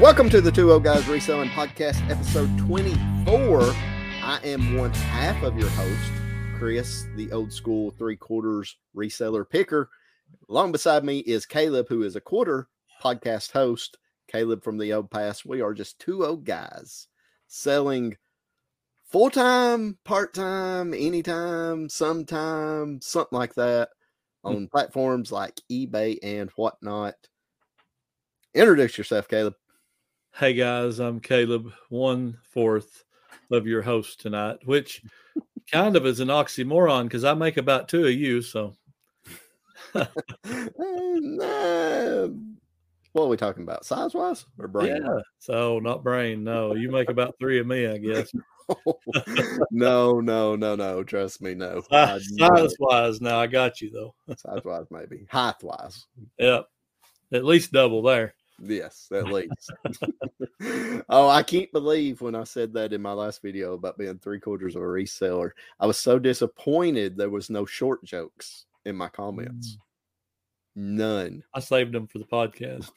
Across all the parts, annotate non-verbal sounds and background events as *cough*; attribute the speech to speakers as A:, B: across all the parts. A: Welcome to the Two Old Guys Reselling Podcast, episode 24. I am one half of your host, Chris, the old school three quarters reseller picker. Long beside me is Caleb, who is a quarter podcast host. Caleb from the old past. We are just two old guys selling full time, part time, anytime, sometime, something like that on platforms like eBay and whatnot. Introduce yourself, Caleb.
B: Hey guys, I'm Caleb, one fourth of your host tonight, which kind of is an oxymoron because I make about two of you. So,
A: And, uh, what are we talking about? Size wise or brain?
B: yeah. So, not brain. No, you make about three of me, I guess.
A: no, no, no, no. Trust me, no. *laughs*
B: *laughs*
A: I know
B: Size wise, now I got you though.
A: it. Size wise, maybe. Height wise.
B: Yep. At least double there.
A: Yes, at least. *laughs* oh, I can't believe when I said that in my last video about being three quarters of a reseller. I was so disappointed there was no short jokes in my comments. None.
B: I saved them for the podcast.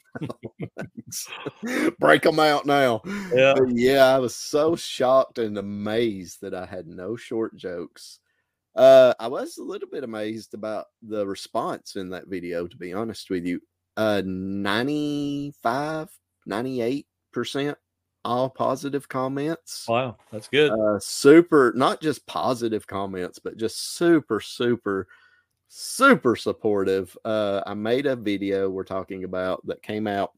A: *laughs* Break them out now.
B: Yeah.
A: But yeah, I was so shocked and amazed that I had no short jokes. Uh, I was a little bit amazed about the response in that video, to be honest with you. Uh, 95, 98% all positive comments.
B: Wow. That's good.
A: Uh, super, not just positive comments, but just super, super, super supportive. Uh, I made a video we're talking about that came out.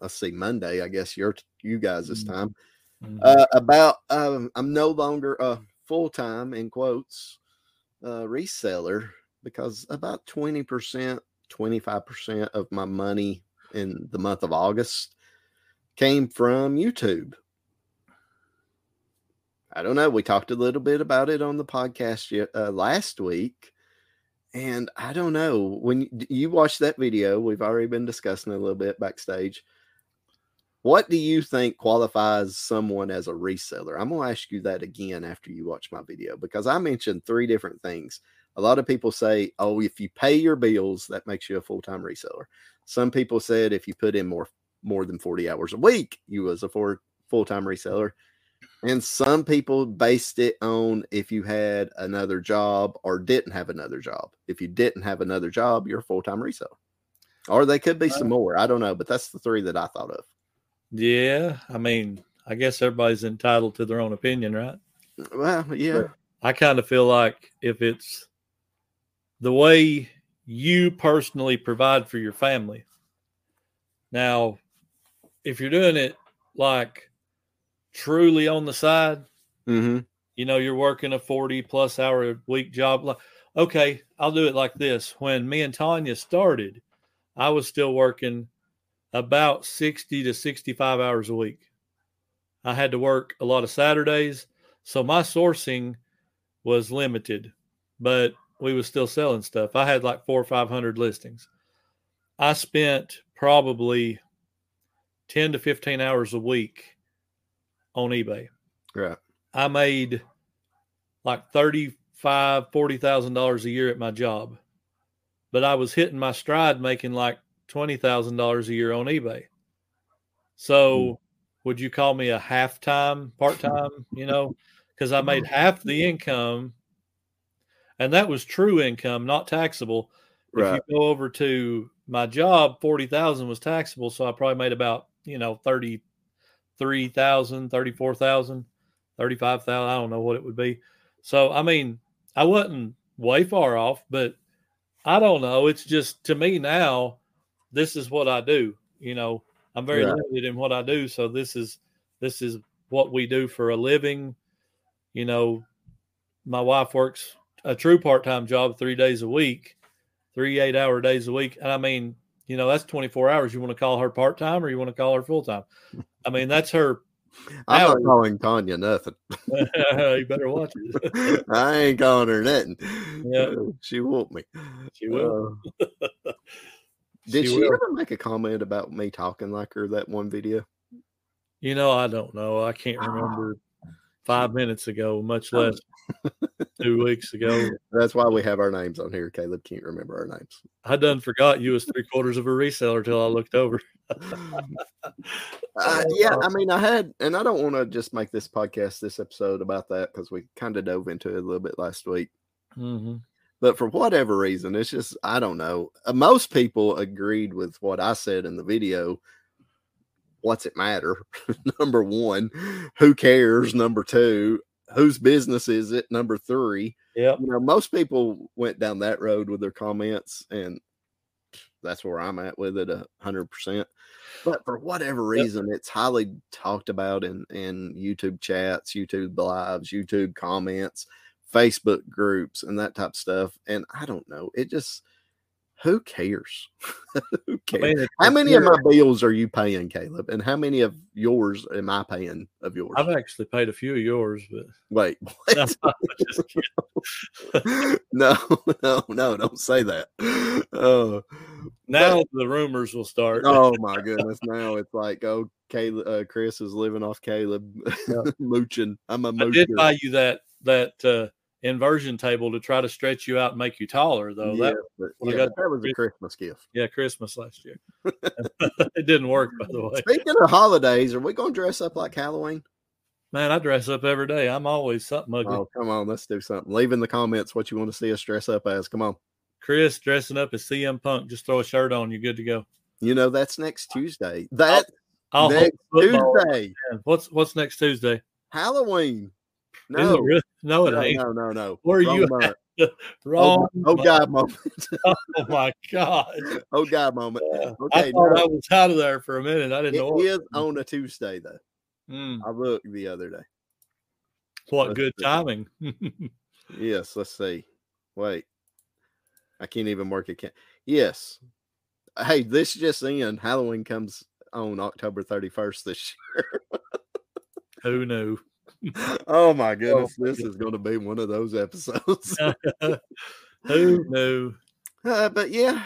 A: Let's see, Monday, I guess your you guys this
B: Mhm.
A: time
B: Mhm.
A: uh, about um, I'm no longer a full time in quotes uh, reseller because about twenty percent, twenty five percent of my money in the month of August came from YouTube. I don't know. We talked a little bit about it on the podcast ye- uh, last week. And I don't know when you, you watch that video, we've already been discussing it a little bit backstage what do you think qualifies someone as a reseller? I'm going to ask you that again after you watch my video because I mentioned three different things. A lot of people say, "Oh, if you pay your bills, that makes you a full-time reseller." Some people said if you put in more more than 40 hours a week, you was a for, full-time reseller. And some people based it on if you had another job or didn't have another job. If you didn't have another job, you're a full-time reseller. Or they could be some more. I don't know, but that's the three that I thought of.
B: yeah. I mean, I guess everybody's entitled to their own opinion, right?
A: Well, yeah,
B: I kind of feel like if it's the way you personally provide for your family. Now, if you're doing it like truly on the side,
A: mm-hmm.
B: you know, you're working a 40 plus hour a week job. like, Okay, I'll do it like this. When me and Tanya started, I was still working about 60 to 65 hours a week. I had to work a lot of Saturdays. So my sourcing was limited, but we was still selling stuff. I had like four or 500 listings. I spent probably 10 to 15 hours a week on eBay.
A: right.
B: I made like thirty five, forty thousand dollars a year at my job, but I was hitting my stride making like twenty thousand dollars a year on eBay. So would you call me a half time, part time, you know? Because I made half the income and that was true income, not taxable.
A: Right.
B: *laughs* If you go over to my job, forty thousand was taxable, so I probably made about, you know, thirty three thousand, thirty four thousand. 35,000. I don't know what it would be. So, I mean, I wasn't way far off, but I don't know. It's just to me now, this is what I do. You know, I'm very
A: Right.
B: limited in what I do. So this is, this is what we do for a living. You know, my wife works a true part-time job three days a week, three eight hour days a week. And I mean, you know, that's 24 hours. You want to call her part-time or you want to call her full-time. I mean, that's her. *laughs*
A: I'm not
B: hours.
A: calling Tanya
B: *laughs*
A: nothing.
B: you better watch it.
A: I ain't calling her nothing.
B: Yeah.
A: Uh, *laughs* she want me.
B: *laughs* She will. *laughs*
A: Uh, did
B: She
A: she,
B: will.
A: ever make a comment about me talking like her that one video?
B: You know, I don't know. I can't remember five minutes ago, much
A: Oh.
B: less. two weeks ago.
A: That's why we have our names on here. Caleb can't remember our
B: *laughs*
A: names.
B: I done forgot you was three quarters of a reseller till I looked over. Oh,
A: Uh, yeah, I mean, I had, and I don't want to just make this podcast this episode about that because we kind of dove into it a little bit last week.
B: hmm
A: But for whatever reason, it's just I don't know. Uh, Most people agreed with what I said in the video. What's it matter? *laughs* number one, who cares? Number two, whose business is it? Number three,
B: Yep.
A: you know, most people went down that road with their comments, and that's where I'm at with it a hundred percent. But for whatever
B: Yep.
A: reason, it's highly talked about in in YouTube chats, YouTube lives, YouTube comments, Facebook groups, and that type of stuff. And I don't know, it just who cares? *laughs* who
B: I
A: cares?
B: mean, it's-
A: how
B: it's
A: many of
B: here.
A: my bills are you paying, Caleb? And how many of yours am I paying of yours?
B: I've actually paid a few of yours, but
A: Wait, *laughs*
B: no,
A: what?
B: *laughs* I'm just kidding.
A: *laughs* no, no, no, don't say that. Oh,
B: now the rumors will start.
A: oh my goodness. Now it's like, oh, Caleb, uh, Chris is living off Caleb,
B: Yeah.
A: *laughs* mooching. I'm a
B: I did
A: moocher.
B: buy you that that uh, inversion table to try to stretch you out and make you taller, though.
A: yeah,
B: That
A: but,
B: when I
A: yeah,
B: got
A: but that was a Christmas gift.
B: yeah, Christmas last year. *laughs* it didn't work, by the way.
A: Speaking of holidays, are we going to dress up like Halloween?
B: Man, I dress up every day. I'm always something ugly.
A: Oh, come on, let's do something. Leave in the comments what you want to see us dress up as. Come on.
B: Chris dressing up as CM Punk, just throw a shirt on, you're good to go.
A: You know, that's next Tuesday. That
B: I'll hold
A: next
B: football.
A: Tuesday,
B: Man, What's what's next Tuesday?
A: Halloween.
B: Is it
A: No,
B: really? no, it
A: no,
B: ain't.
A: no, no, no.
B: Where are
A: Wrong
B: you
A: month.
B: Wrong.
A: Oh, God moment.
B: *laughs* Oh my god!
A: Oh, God moment.
B: Yeah. I
A: Okay,
B: thought
A: no.
B: I was out of there for a minute. I didn't
A: It
B: know what,
A: is on a Tuesday, though.
B: Mm,
A: I looked the other day.
B: what
A: Let's
B: good
A: see.
B: timing. *laughs*
A: Yes, let's see. Wait. I can't even work it. Can- yes. Hey, this just in. Halloween comes on October 31st this
B: Who knew?
A: year. *laughs* Oh, my goodness.
B: my
A: this is going to be one of those episodes.
B: *laughs* Who knew?
A: Uh, but yeah,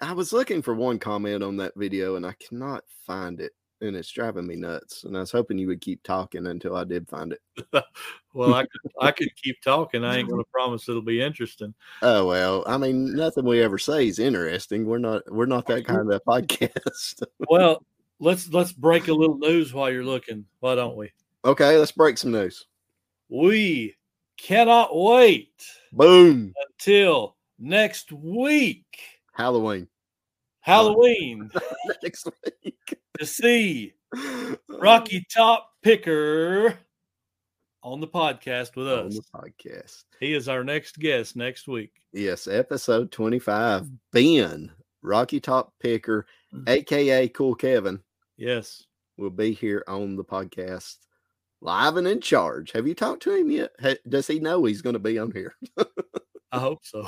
A: I was looking for one comment on that video and I cannot find it. And it's driving me nuts. And I was hoping you would keep talking until I did find it.
B: Well, I could I could keep talking. I ain't going to promise it'll be interesting.
A: Oh well, I mean, nothing we ever say is interesting. We're not we're not that kind of podcast. *laughs*
B: Well, let's let's break a little news while you're looking. Why don't we?
A: okay, let's break some news.
B: We cannot wait
A: Boom.
B: until next week,
A: Halloween *laughs*
B: Halloween,
A: next week.
B: to see
A: *laughs*
B: Rocky Top Picker on the podcast with
A: on
B: us.
A: the podcast.
B: He is our next guest next week.
A: Yes, episode 25. Ben, Rocky Top Picker, aka Cool Kevin,
B: Yes.
A: will be here on the podcast live and in charge. Have you talked to him yet? Ha- Does he know he's going to be on
B: *laughs*
A: here? *laughs*
B: I hope so.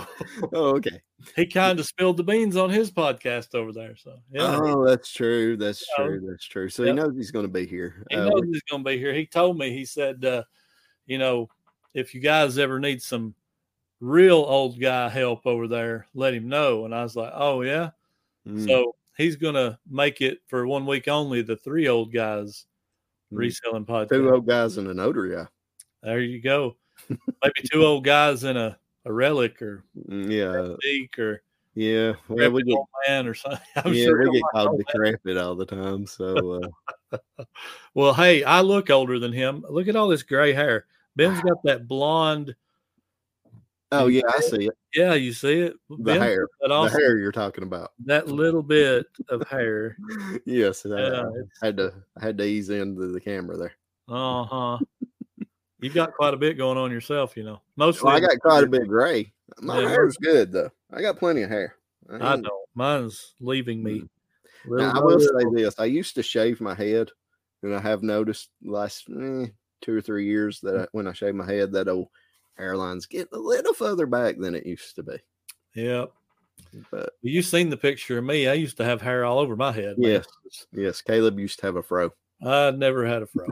A: Oh, okay.
B: he kind of spilled the beans on his podcast over there. So yeah,
A: Oh, that's true. That's
B: So-
A: true. That's true. So
B: Yep.
A: he knows he's going to be here.
B: he
A: Uh,
B: knows
A: we-
B: he's going to be here. He told me. He said, uh, you know, if you guys ever need some real old guy help over there, let him know. And I was like, oh yeah.
A: mm,
B: So he's going to make it for one week only. The three old guys Hmm.
A: mm.
B: reselling podcast.
A: two old guys and a notary. mm, guy.
B: There you go. Maybe two old guys and a, a relic or
A: Mm, Yeah,
B: beak or
A: yeah. Well,
B: decrepit
A: we get
B: old man or something. *laughs* I'm
A: yeah
B: sure
A: we
B: he'll
A: get
B: like all
A: called
B: that.
A: decrepit all the time.
B: *laughs*
A: So uh,
B: Well, hey, I look older than him. Look at all this gray hair. Ben's got that blonde.
A: oh yeah, I see it.
B: Yeah, you see it.
A: The
B: Ben's
A: hair,
B: got That,
A: the
B: awesome-
A: hair you're talking about. *laughs*
B: that little bit of hair.
A: Yes, I,
B: Yeah,
A: I had to I had to ease into the camera there.
B: Uh huh. you got quite a bit going on yourself, you know. Mostly,
A: Well, I got quite a bit gray. My
B: Yeah.
A: hair's good though. I got plenty of hair.
B: I
A: ain't-
B: know mine's leaving me.
A: Now,
B: Little
A: Mm. I will
B: by
A: say
B: little.
A: this: I used to shave my head, and I have noticed last eh, two or three years that
B: Mm.
A: I, when I shave my head, that old hairline's getting a little further back than it used to be.
B: Yep.
A: But
B: You seen the picture of me? I used to have hair all over my head. man.
A: yes, yes, Caleb used to have a fro.
B: I never had a fro.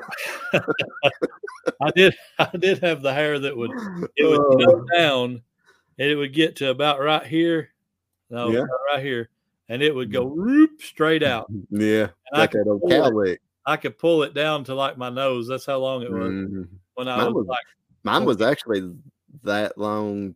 B: I did. I did have the hair
A: *laughs*
B: that would it would
A: Oh,
B: go down, and it would get to about right here, no,
A: Yeah. Mm-hmm.
B: about right here, and it would go whoop straight out.
A: Uh, yeah,
B: And I
A: got
B: could,
A: that old
B: pull it.
A: cow lick.
B: I could pull it down to like my nose. That's how long it was
A: Mhm.
B: when I
A: Mine
B: was
A: was-
B: like,
A: Mine was actually that long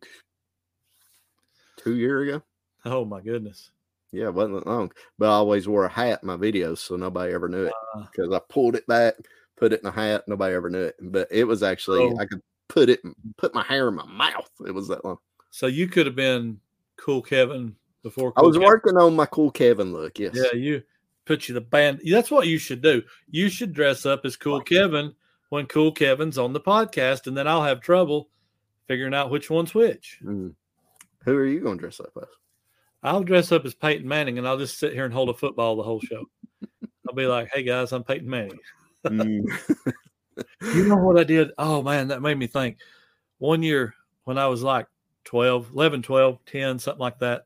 A: two year ago.
B: Oh my goodness.
A: Yeah, it wasn't that long. But I always wore a hat in my videos, so nobody ever knew it
B: Uh.
A: because I pulled it back, put it in a hat, nobody ever knew it. But it was actually
B: Oh.
A: I could put it put my hair in my mouth. It was that long.
B: So you could have been cool Kevin before
A: I
B: Cool
A: was
B: Kevin.
A: working on my cool Kevin look. Yes.
B: Yeah, you put you the band. That's what you should do. You should dress up as Cool Kevin when Cool Kevin's on the podcast, and then I'll have trouble figuring out which one's which.
A: Mm. Who are you going to dress up
B: *laughs*
A: as?
B: I'll dress up as Peyton Manning, and I'll just sit here and hold a football the whole show. I'll be like, "Hey guys, I'm Peyton Manning." You know what I did? Oh man, that made me think. One year when I was like 12, 11, 12, 10, something like that,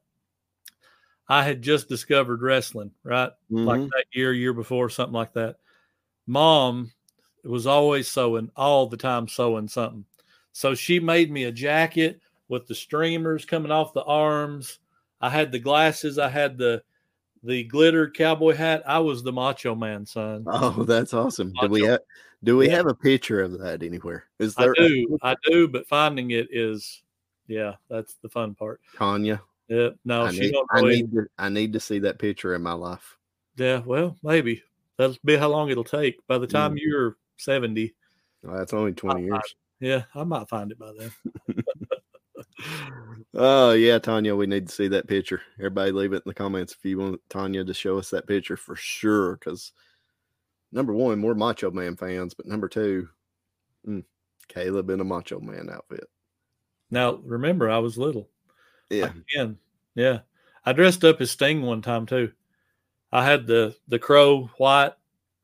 B: I had just discovered wrestling, right? like
A: Mhm.
B: that year, year before, something like that. Mom was always sewing, all the time sewing something. So she made me a jacket with the streamers coming off the arms. I had the glasses. I had the the glitter cowboy hat. I was the macho man, son.
A: Oh, that's awesome. Do we
B: Macho.
A: have do we
B: Yeah.
A: have a picture of that anywhere? Is
B: I
A: there a
B: do, I do, but finding it is, yeah, that's the fun part.
A: Tanya?
B: Yeah, no,
A: I
B: Oh, she
A: need,
B: don't
A: I
B: really-
A: need to, I need to see that picture in my life.
B: Yeah, well, maybe that'll be how long it'll take. By
A: Mm.
B: the time you're seventy,
A: Well, that's only 20
B: I- I-
A: years.
B: yeah, I might find it by then.
A: Oh yeah, Tanya, we need to see that picture. Everybody leave it in the comments if you want Tanya to show us that picture for sure. Because number one, we're Macho Man fans, but number two, mm, Caleb in a Macho Man outfit.
B: Now, remember, I was little. *laughs*
A: Yeah,
B: Again, yeah. I dressed up as Sting one time too. I had the the crow white,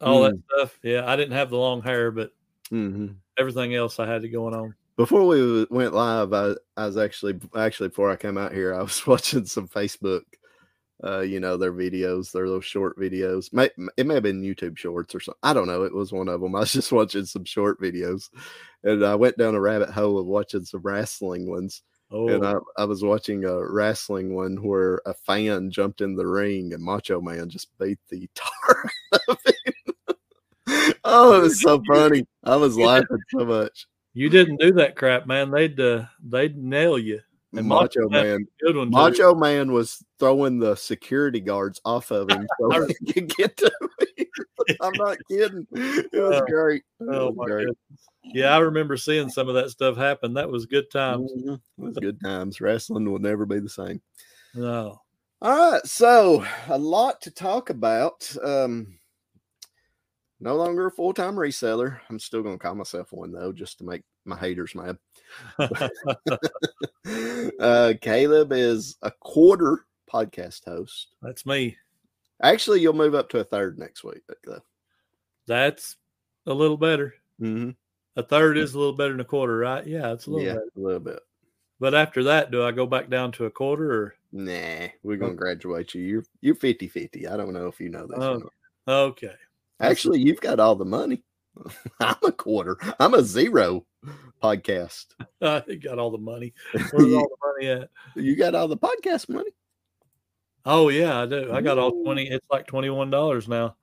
B: all that
A: Mm.
B: stuff. Yeah, I didn't have the long hair, but
A: hmm
B: everything else I had going on.
A: before we w- went live, I, I was actually actually before I came out here, I was *laughs* watching some Facebook. Uh, you know their videos, their little short videos. May, m- it may have been YouTube Shorts or something. I don't know. It was one of them. I was *laughs* just watching some short videos, and I went down a rabbit hole of watching some wrestling ones. And
B: Oh,
A: I, I was watching a wrestling one where a fan jumped in the ring and Macho Man just beat the *laughs* tar out of him. *laughs* oh, it was so
B: *laughs*
A: funny. I was laughing so much.
B: you didn't do that crap, man. They'd uh, they'd nail you. And
A: Macho
B: Macho Man-
A: Man
B: Good one, too.
A: Macho Man was throwing the security guards off of him so he could get to me. *laughs* I'm not kidding. It was
B: Oh,
A: great. It
B: Oh
A: was
B: my
A: great.
B: goodness. Yeah, I remember seeing some of that stuff happen. That was good times.
A: Mhm. It was good times. Wrestling will never be the same. Mm.
B: No. *laughs*
A: All right, so a lot to talk about. Um, no longer a full time reseller. I'm still going to call myself one though, just to make my haters mad. *laughs* uh, Caleb is a quarter podcast host.
B: That's me.
A: Actually, you'll move up to a third next week though.
B: That's a little better.
A: Mm-hmm.
B: A third is a little better than a quarter, right? Yeah, it's a little
A: yeah,
B: better.
A: a little bit.
B: But after that, do I go back down to a quarter
A: Nah, we're gonna graduate you. You're you're 50 50. I don't know if you know this. or
B: Oh,
A: not.
B: or okay? *laughs*
A: Actually, you've got all the money. *laughs* I'm a quarter. I'm a zero podcast.
B: I got all
A: *laughs*
B: the money. Where's all the money at?
A: You got all the podcast money.
B: Oh yeah, I do. I got all
A: Ooh.
B: twenty. It's like twenty one dollars now.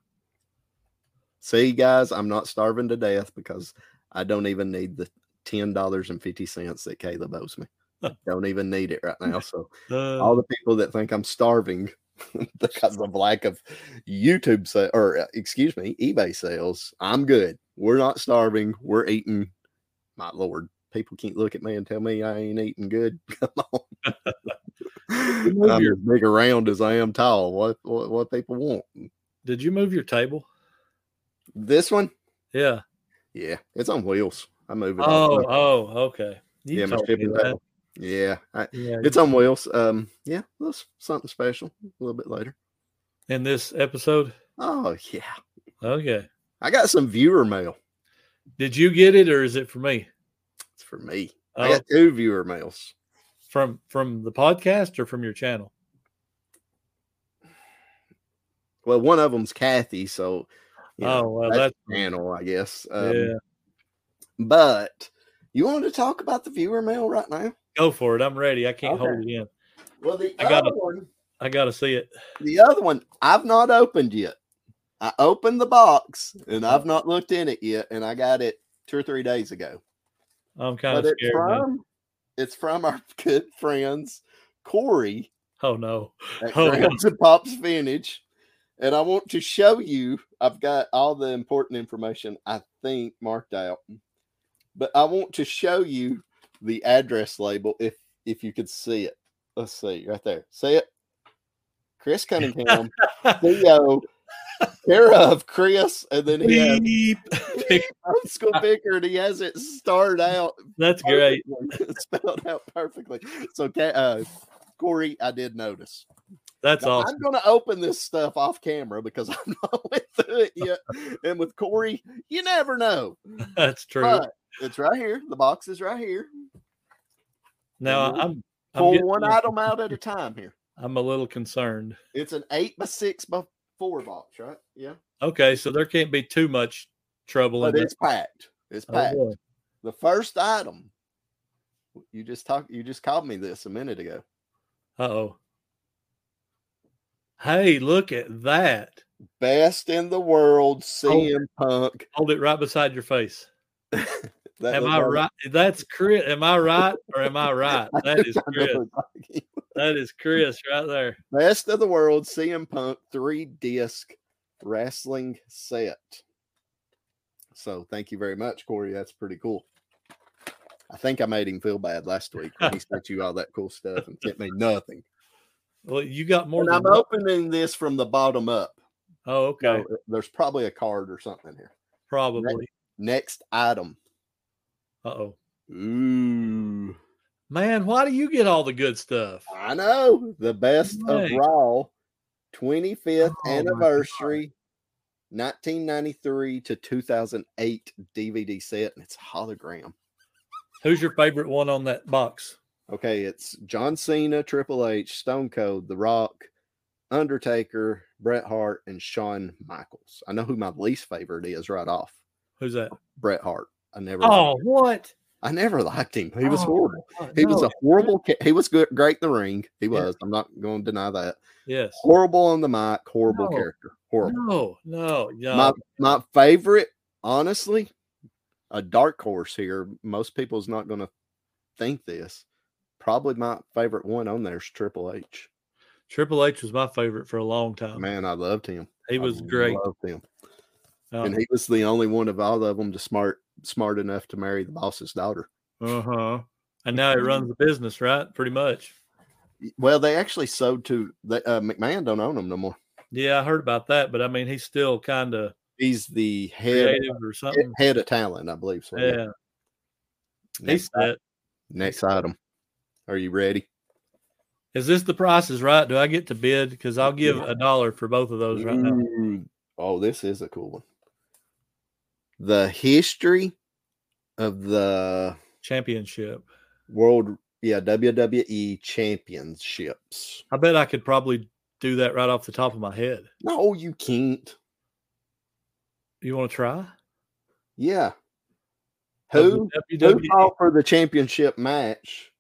A: See, guys, I'm not starving to death because I don't even need the ten dollars and fifty cents that Caleb owes me. don't even need it right
B: *laughs*
A: now. So
B: Uh,
A: all the people that think I'm starving *laughs* because of lack of YouTube sa- or uh, excuse me, eBay sales, I'm good. We're not starving. We're eating. My lord, people can't look at me and tell me I ain't eating good. *laughs* Come on.
B: *laughs* move
A: I'm
B: your-
A: as big around as I am tall. What what, what people want?
B: did you move your table?
A: This one,
B: Yeah.
A: yeah, it's on wheels. I move it. all the
B: Oh
A: time.
B: oh okay. You
A: yeah, my
B: told me
A: shipping
B: that.
A: table. Yeah, I,
B: Yeah.
A: it's on wheels. Um, yeah, that's something special. A little bit later.
B: in this episode.
A: Oh yeah,
B: Okay.
A: I got some viewer mail.
B: Did you get it or is it for me?
A: It's for me. I
B: Oh,
A: got two viewer mails.
B: from from the podcast or from your channel?
A: Well, one of them's Kathy, so you know,
B: oh well,
A: that's
B: that's,
A: the channel, I guess. Um,
B: yeah.
A: But you wanted to talk about the viewer mail right now?
B: Go for it. I'm ready. I can't hold it in.
A: Well, the
B: I got
A: other
B: it.
A: one,
B: I gotta see it.
A: the other one, I've not opened yet. I opened the box and
B: Oh.
A: I've not looked in it yet, and I got it two or three days ago.
B: I'm kind of
A: but
B: scared.
A: it's
B: now.
A: from It's from our *laughs* good friends Corey
B: Oh no.
A: at
B: Oh,
A: Grounds and Pops Vintage, and I want to show you. I've got all the important information I think marked out, but I want to show you the address label if if you could see it. Let's see right there. See it, Chris Cunningham.
B: *laughs*
A: Theo, care of Chris, and then he
B: *laughs*
A: has *laughs*
B: Beep.
A: high school Vicar, and he has it starred out
B: That's great.
A: perfectly, *laughs* spelled out perfectly. So, Ca- uh, Corey, I did notice.
B: That's
A: Now,
B: awesome.
A: I'm going to open this stuff off camera because *laughs* I'm not went through it yet. And with Corey, you never know.
B: That's true.
A: But it's right here. The box is right here.
B: Now I'm I'm,
A: Pull
B: getting-
A: one item out at a time here.
B: I'm a little concerned.
A: It's an eight by six by four box, right? Yeah.
B: Okay, so there can't be too much trouble in
A: But
B: this.
A: it's packed. It's packed.
B: Oh, boy.
A: the first item you just talked you just called me this a minute ago
B: Uh-oh. Hey, look at that.
A: best in the
B: Oh.
A: world cm punk
B: Hold it right beside your face.
A: that
B: am
A: looked
B: I
A: like- *laughs*
B: right? That's Chris. Am I right or am I right? That is
A: that
B: Chris.
A: looked like-
B: That is Chris right there.
A: best of the world cm punk three disc wrestling set so thank you very much corey that's pretty cool i think i made him feel bad last week when he sent you all that cool stuff and sent me nothing
B: Well, you got more
A: and
B: than
A: i'm
B: one.
A: opening this from the bottom up
B: Oh, okay.
A: so there's probably a card or something here
B: Probably.
A: next item
B: Uh-oh.
A: Ooh.
B: Man, why do you get all the good stuff?
A: I know. The best of
B: Dang.
A: Raw 25th
B: Oh my
A: anniversary 1993 to 2008 DVD set and it's hologram.
B: Who's your favorite one on that box?
A: Okay, it's John Cena, Triple H, Stone Cold, The Rock, Undertaker, Bret Hart and Shawn Michaels. I know who my least favorite is right off.
B: Who's that?
A: Bret Hart. I never
B: Oh, what?
A: I never liked him. He was
B: Oh,
A: horrible. He was
B: no.
A: a horrible ca- he was good, great in the ring. He
B: Yeah.
A: was. I'm not going to deny that.
B: Yes.
A: horrible on the mic, horrible
B: No.
A: character, horrible.
B: No, no, no.
A: My my favorite, honestly, a dark horse here. Most people's not going to think this. Probably my favorite one on there is Triple H.
B: Triple H was my favorite for a long time.
A: Man, I loved him.
B: Oh. he
A: I
B: was great.
A: Loved him,
B: Uh
A: and he was the only one of all of them to smart smart enough to marry the boss's daughter.
B: huh. uh-huh. And now he runs the business, right? Pretty much.
A: Well, they actually sold to they, uh, McMahon. Don't own him no more.
B: Yeah, I heard about that, but I mean, he's still kind of
A: He's the head
B: creative or
A: head,
B: something.
A: head of talent, I believe. So
B: Yeah,
A: next,
B: he's set.
A: next item. Are you ready?
B: Is this the price is right? Do I get to bid? Because I'll give
A: Yeah.
B: a dollar for both of those right now.
A: Ooh, Oh, this is a cool one. The history of the
B: Championship.
A: world, yeah, WWE championships.
B: I bet I could probably do that right off the top of my head.
A: No, you can't.
B: You want to try?
A: Yeah.
B: Of
A: Who,
B: the E.
A: who
B: WWE?
A: fought for the championship match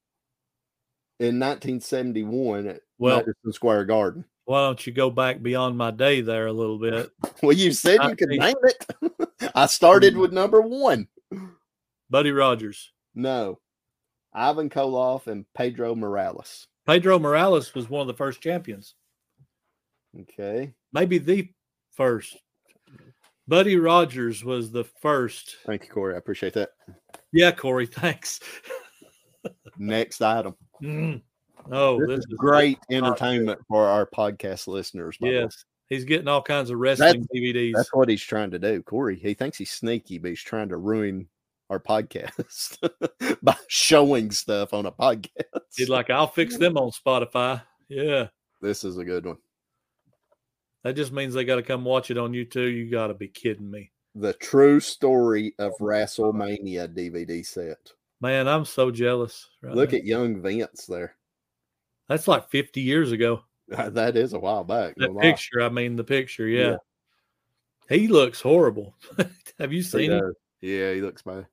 A: in 1971 at
B: Well-
A: Madison Square Garden? *laughs*
B: Why don't you go back beyond my day there a little bit?
A: Well, you said you could
B: I
A: name it. *laughs* I started with number one.
B: Buddy Rogers.
A: No, Ivan Koloff and Pedro Morales.
B: Pedro Morales was one of the first champions,
A: Okay.
B: maybe the first. Buddy Rogers was the first.
A: Thank you, Corey. I appreciate
B: *laughs*
A: that.
B: Yeah, Corey, *laughs* thanks.
A: Next item.
B: Mm. Oh,
A: This, is great entertainment for our podcast listeners. by the way.
B: Yes, he's getting all kinds of wrestling DVDs.
A: That's what he's trying to do. Corey, he thinks he's sneaky, but he's trying to ruin our podcast *laughs* by showing stuff on a podcast.
B: He's like, I'll fix them on Spotify. Yeah,
A: this is a good one.
B: that just means they got to come watch it on YouTube. You got to be kidding me,
A: The true story of WrestleMania DVD set.
B: man. I'm so jealous. Right
A: Look
B: now.
A: at young Vince there. *laughs*
B: that's like 50 years ago.
A: That is a while back. no
B: That
A: lie.
B: picture, I mean, the picture. Yeah, he looks horrible. *laughs* Have you
A: He
B: seen him?
A: does. Yeah, he looks bad.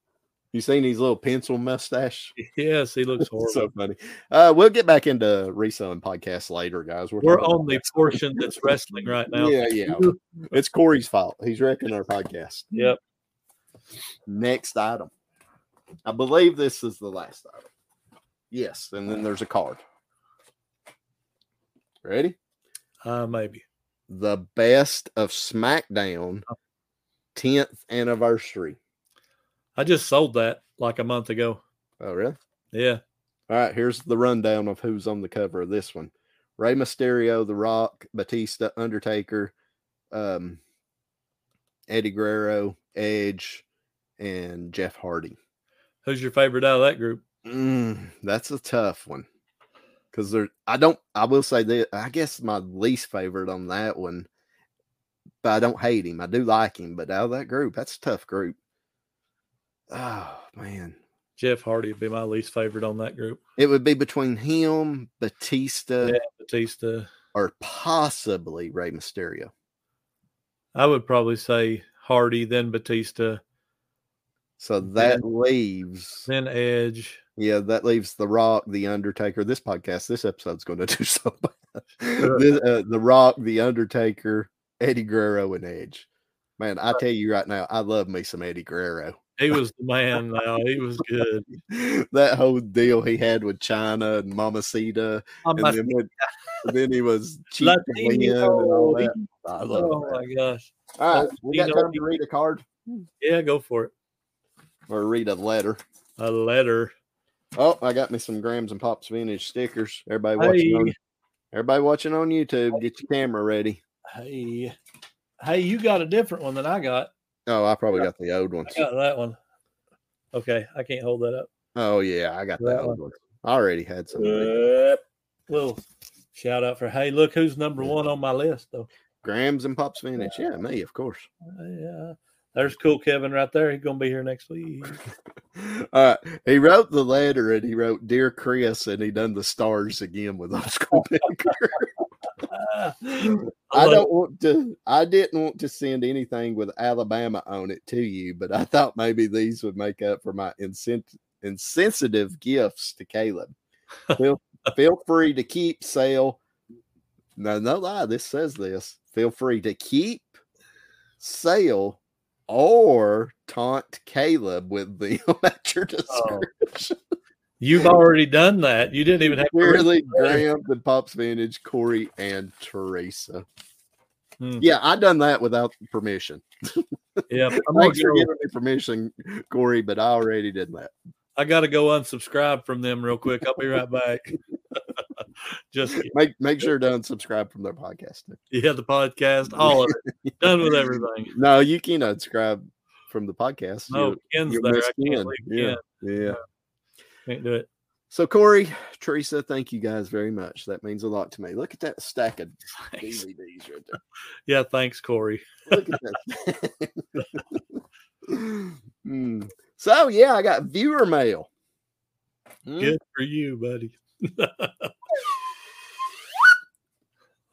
A: You seen his little pencil mustache?
B: Yes,
A: *laughs*
B: he looks horrible.
A: so funny. Uh, we'll get back into reselling podcasts later, guys.
B: We're
A: talking
B: on the portion that's wrestling right now.
A: about- yeah,
B: *laughs*
A: yeah. It's Corey's fault. He's wrecking our podcast.
B: Yep.
A: Next item. I believe this is the last item. Yes, and then there's a card. Ready?
B: Uh, maybe.
A: The best of SmackDown
B: Oh.
A: 10th anniversary.
B: I just sold that like a month ago.
A: Oh, really?
B: Yeah.
A: All right, here's the rundown of who's on the cover of this one. Rey Mysterio, The Rock, Batista, Undertaker, um, Eddie Guerrero, Edge, and Jeff Hardy.
B: Who's your favorite out of that group?
A: Mm, that's a tough one because there. I don't. I will say that I guess my least favorite on that one, but I don't hate him. I do like him, but out of that group, that's a tough group. Oh man,
B: Jeff Hardy would be my least favorite on that group.
A: it would be between him, Batista,
B: Yeah, Batista.
A: or possibly Rey Mysterio.
B: I would probably say Hardy, then Batista,
A: So that leaves,
B: then Edge.
A: yeah, that leaves The Rock, The Undertaker. This podcast, this episode's going to *laughs* do so bad.
B: Sure.
A: This, uh, the Rock, The Undertaker, Eddie Guerrero, and Edge. Man, I tell you right now, I love me some Eddie Guerrero. *laughs*
B: He was the man. Now he was good.
A: that whole deal he had with China and Mamacita,
B: I'm
A: and
B: a
A: then, when- then he
B: *laughs*
A: was cheating and all
B: Latino.
A: that. I love
B: Oh
A: that.
B: my gosh!
A: All right, we got
B: Latino
A: time to read a card
B: Yeah, go for it.
A: or read a letter.
B: A letter.
A: Oh, I got me some Grams and Pops vintage stickers. Everybody watching, on,
B: Hey.
A: everybody watching on YouTube, get your camera ready.
B: Hey, hey, you got a different one than I got.
A: Oh, I probably got the old ones.
B: I got that one. Okay, I can't hold that up.
A: Oh yeah, I got the
B: That Uh.
A: old ones. I already had some. of these.
B: Little shout out for hey, look who's number one on my list though.
A: Grams and Pops vintage. Yeah, me of course. *laughs*
B: Yeah, there's cool Kevin right there. He's gonna be here next week.
A: All right. He wrote the letter and he wrote "Dear Chris" and he done the stars again with *laughs* Oscar Baker.
B: Ah,
A: I
B: love-
A: don't want to. I didn't want to send anything with Alabama on it to you, but I thought maybe these would make up for my incent- insensitive gifts to
B: *laughs*
A: Caleb. Feel, feel free to keep, sell. No, no lie. This says this. Feel free to keep, sell, or taunt Caleb with *laughs* them at your
B: Oh.
A: discretion.
B: You've already done that. You didn't even have to. read-
A: Clearly, Graham, the Pops Vantage, Corey, and Teresa.
B: Hmm,
A: Yeah, I done that without permission. *laughs*
B: yeah, I'm gonna
A: Thanks for
B: go-
A: giving me permission, Corey, but I already did that.
B: I got to go unsubscribe from them real quick. I'll be right back. *laughs* Just kidding.
A: Make make sure to unsubscribe from their podcast.
B: yeah, the podcast, all of it, done with everything.
A: No, you can unsubscribe from the podcast.
B: No, Oh, Ken's
A: you're
B: there. I
A: Miss Ken.
B: can't leave
A: Yeah.
B: Ken.
A: You- yeah.
B: Can't do it.
A: So Corey, Teresa, thank you guys very much. That means a lot to me. Look at that stack of
B: Thanks.
A: DVDs right there.
B: Yeah, thanks, Corey.
A: Look at that. *laughs* Hmm. So yeah, I got viewer mail. Hmm.
B: Good for you, buddy. *laughs*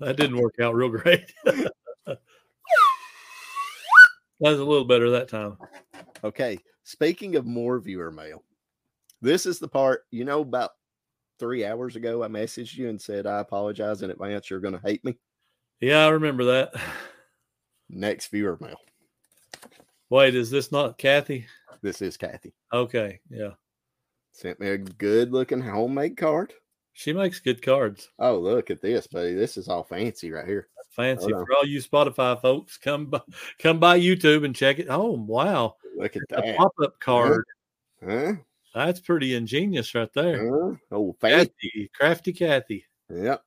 B: that didn't work out real great. *laughs* that was a little better that time.
A: Okay. Speaking of more viewer mail, this is the part, you know, about three hours ago, I messaged you and said, I apologize in advance. You're going to hate me.
B: Yeah, I remember that. *sighs*
A: Next viewer mail.
B: Wait, is this not Kathy?
A: This is Kathy.
B: Okay, yeah,
A: Sent me a good looking homemade card.
B: she makes good cards.
A: Oh, look at this, buddy. This is all fancy right here.
B: Fancy
A: Hold on.
B: for all you Spotify folks. Come by, come by YouTube and check it. Oh wow,
A: Look at
B: a
A: that.
B: pop up card.
A: Huh?
B: That's pretty ingenious right there.
A: Huh? Oh, fancy.
B: Kathy, crafty Kathy.
A: Yep.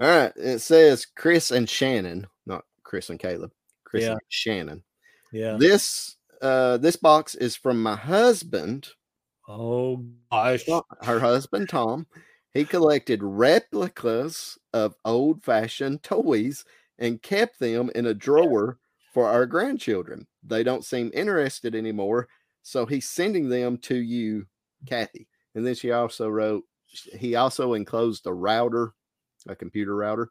A: All right. It says Chris and Shannon, not Chris and Caleb. Chris
B: Yeah.
A: and Shannon.
B: Yeah.
A: This uh this box is from my husband.
B: Oh gosh.
A: Well, her husband Tom, he collected replicas of old-fashioned toys and kept them in a drawer for our grandchildren. They don't seem interested anymore, so he's sending them to you, Kathy. And then she also wrote sh- he also enclosed a router, a computer router.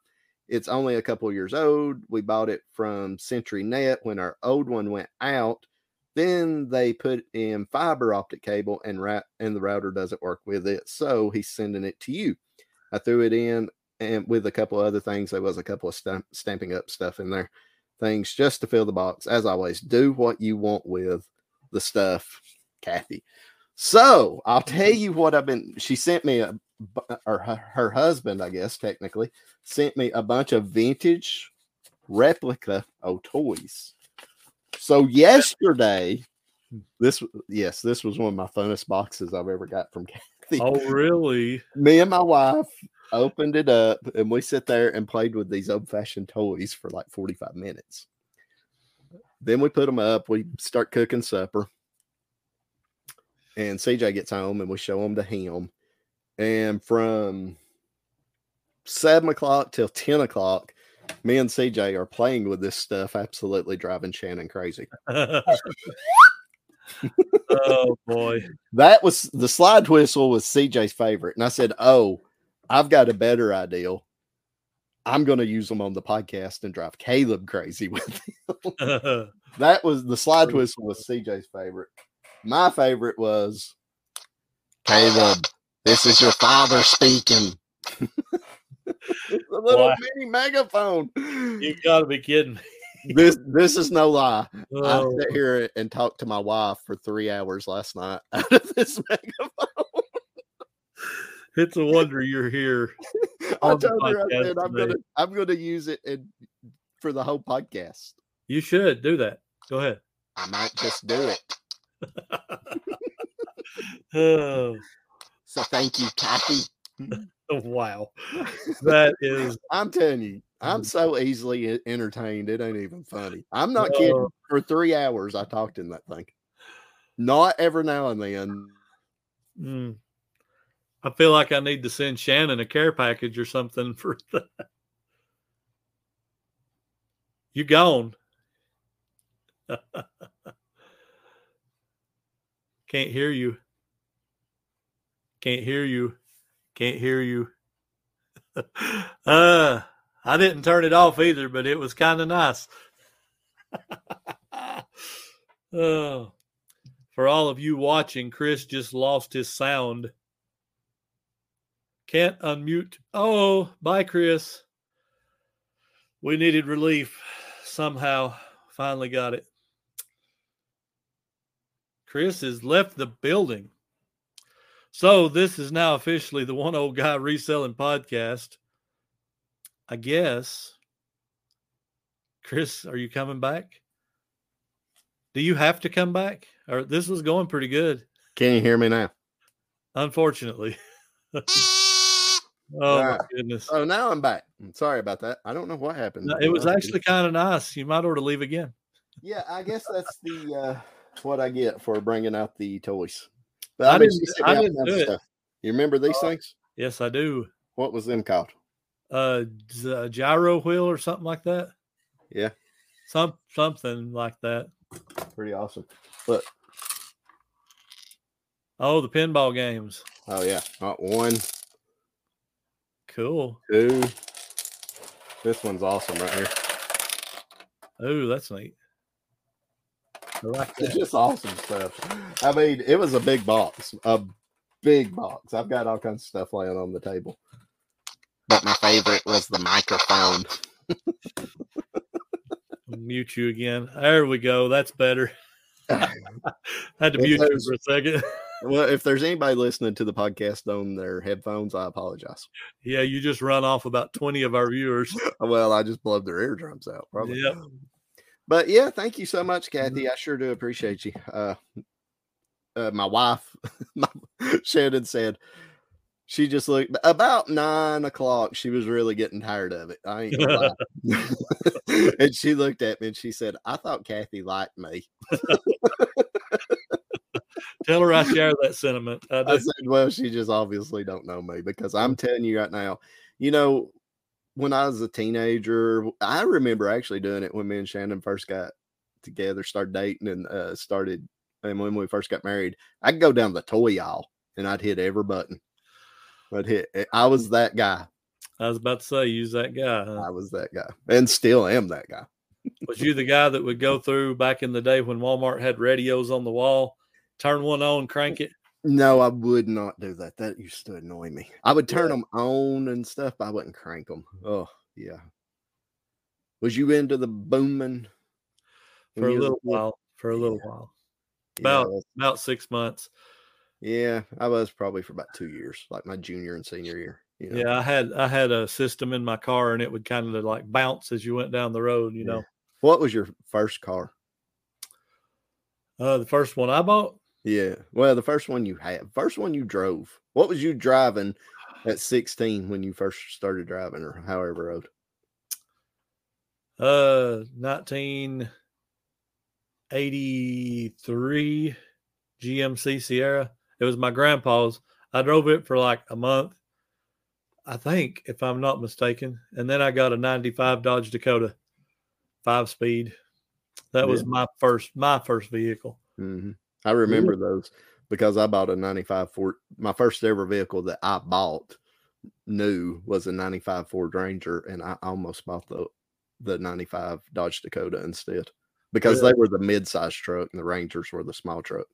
A: It's only a couple years old. We bought it from CenturyNet when our old one went out. Then they put in fiber optic cable and right and the router doesn't work with it. So he's sending it to you. I threw it in and with a couple other things. There was a couple of stamp, stamping up stuff in there, things just to fill the box. As always, do what you want with the stuff, Kathy. So I'll tell you what I've been. She sent me a, bu- or her, her husband, I guess technically, sent me a bunch of vintage replica old toys. So yesterday, this yes, this was one of my funnest boxes I've ever got from Kathy.
B: Oh, really?
A: *laughs*
B: *laughs*
A: Me and my wife opened it up, and we sit there and played with these old fashioned toys for like forty five minutes. Then we put them up. We start cooking supper and CJ gets home and we show him to him. And from seven o'clock till 10 o'clock, me and CJ are playing with this stuff, absolutely driving Shannon crazy.
B: oh boy. *laughs*
A: That was the slide whistle was CJ's favorite. And I said, Oh, I've got a better idea. I'm going to use them on the podcast and drive Caleb crazy *laughs* with it. That was the slide whistle was CJ's favorite. My favorite was Caleb. This is your father speaking. it's a little
B: Wow.
A: mini megaphone.
B: you gotta be kidding me.
A: This this is no lie.
B: Oh,
A: *laughs* I sat here and talked to my wife for three hours last night *laughs* out of this megaphone.
B: it's a wonder you're here.
A: I
B: On the
A: told her I
B: podcast
A: said I'm
B: today.
A: gonna I'm gonna use it in, for the whole podcast.
B: You should do that. Go ahead.
A: *laughs* I might just do it.
B: Oh,
A: So thank you, Kathy.
B: wow. That is
A: I'm telling you, I'm
B: Mhm.
A: so easily e- entertained. It ain't even funny. I'm *laughs* not kidding.
B: Oh,
A: For three hours, I talked in that thing. Not every now and then.
B: mm. I feel like I need to send Shannon a care package or something *laughs* for that. You gone. *laughs* Can't hear you. Can't hear you. Can't hear you. *laughs* uh, I didn't turn it off either, but it was kind of nice. *laughs* oh. For all of you watching, Chris just lost his sound. Can't unmute. Oh, bye, Chris. We needed relief somehow. Finally got it. Chris has left the building. So this is now officially the one old guy reselling podcast. I guess. Chris, are you coming back? Do you have to come back? Or this was going pretty good,
A: Can you hear me now?
B: unfortunately. *laughs* oh
A: All
B: my
A: right.
B: goodness.
A: Oh, now I'm back. I'm sorry about that. I don't know what happened.
B: No,
A: to
B: It
A: me.
B: was
A: I-
B: actually kind of nice. You might order to leave again.
A: Yeah, I guess that's the uh, what I get for bringing out the toys. But
B: I
A: I, mean,
B: didn't-
A: she sent
B: I
A: me all
B: didn't
A: kinds of
B: do it. Uh,
A: stuff. You remember these things?
B: Yes, I do.
A: What was them called?
B: Uh gy- a gyro wheel or something like that.
A: Yeah.
B: Some something like that.
A: Pretty awesome.
B: Oh, the pinball games.
A: Oh yeah, not one,
B: Cool.
A: two. This one's awesome right here.
B: Oh, that's neat. I like
A: *laughs* It's
B: that.
A: just awesome stuff. I mean, it was a big box, a big box. I've got all kinds of stuff laying on the table. But my favorite was the microphone.
B: Mute you again. There we go. That's better. *laughs* had to
A: It
B: mute you
A: goes-
B: for a second. *laughs*
A: Well, if there's anybody listening to the podcast on their headphones, I apologize.
B: Yeah, you just run off about 20 of our viewers.
A: Well, I just blew their eardrums out, probably.
B: Yep.
A: But yeah, thank you so much, Kathy. I sure do appreciate you. Uh, uh, my wife, *laughs* my, Shannon said, she just looked about nine o'clock. She was really getting tired of it. I ain't gonna lie. *laughs* and she looked at me and she said, "I thought Kathy liked me."
B: Tell her I share that sentiment. Uh, I
A: I
B: do.
A: said, "Well, she just obviously don't know me because I'm telling you right now, you know." When I was a teenager, I remember actually doing it when me and Shannon first got together, started dating, and uh, started. And when we first got married, I'd go down the toy aisle and I'd hit every button. I'd hit. eh, I was that guy.
B: I was about to say, use that guy. Huh?
A: I was that guy, and still am that guy.
B: Was you the guy that would go through back in the day when Walmart had radios on the wall, turn one on, crank it?
A: No, I would not do that. That used to annoy me. I would turn them on and stuff, but I wouldn't crank them. Oh, yeah. Was you into the booming when
B: for a
A: you was
B: little
A: kid?
B: while. For a little while,
A: Yeah,
B: about
A: that's-
B: about six months.
A: Yeah, I was probably for about two years, like my junior and senior year. You know?
B: Yeah, I had I had a system in my car, and it would kind of like bounce as you went down the road. You know,
A: What was your first car?
B: uh, the first one I bought,
A: Yeah. Well, the first one you had, first one you drove. What was you driving at 16 when you first started driving or however old?
B: uh, nineteen eighty three GMC Sierra. It was my grandpa's. I drove it for like a month, I think, if I'm not mistaken, and then I got a ninety five Dodge Dakota, five speed. That was
A: Yeah.
B: my first my first vehicle.
A: hmm I remember those because I bought a 95 Ford. My first ever vehicle that I bought new was a 95 Ford Ranger, and I almost bought the the 95 Dodge Dakota instead because
B: Really?
A: they were the mid-sized truck and the Rangers were the small truck.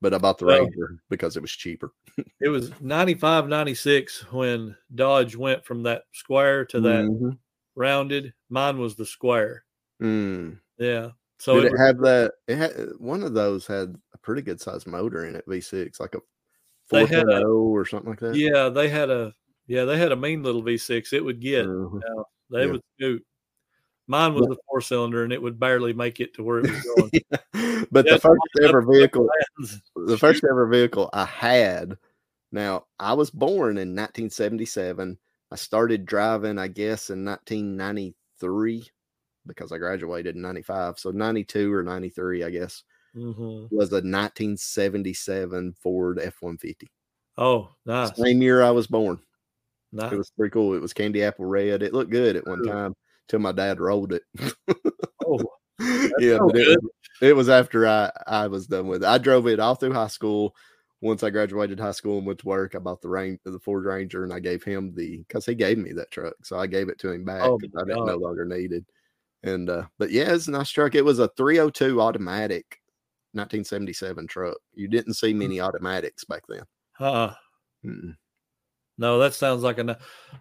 A: But I bought the
B: Well-
A: Ranger because it was cheaper.
B: It was 95, 96 when Dodge went from that square to that
A: Mhm.
B: rounded. Mine was the square.
A: Mm.
B: Yeah. So
A: Did
B: it
A: it,
B: was,
A: have that? It had one of those had a pretty good sized motor in it, V6, like a
B: They
A: 4.0
B: had a-
A: or something like that.
B: yeah, they had a yeah, they had a mean little V6. It would get
A: Mhm.
B: they
A: yeah.
B: would scoot. Mine was the four cylinder and it would barely make it to where
A: *laughs*
B: it was going.
A: *laughs* but the
B: That's
A: first ever
B: That's what
A: vehicle,
B: happens.
A: the first ever vehicle I had. Now I was born in 1977. I started driving, I guess, in 1993 because I graduated in 95. So 92 or 93, I guess,
B: Mhm.
A: was a 1977 Ford F-150.
B: Oh, nice.
A: Same year I was born.
B: nice.
A: It was pretty cool. It was candy apple red. It looked good at one
B: Ooh.
A: time till my dad rolled it. *laughs*
B: oh,
A: yeah,
B: so
A: but it
B: good.
A: was, it was after I I was done with it. I drove it all through high school. Once I graduated high school and went to work, I bought the rain the Ford Ranger and I gave him the because he gave me that truck, so I gave it to him back
B: Oh,
A: 'cause
B: my
A: I didn't
B: God.
A: no longer needed. And uh, but yeah, it's a nice truck. It was a 302 automatic, 1977 truck. You didn't see
B: Hmm.
A: many automatics back then.
B: uh-uh.
A: Mm-mm.
B: no, that sounds like a ni-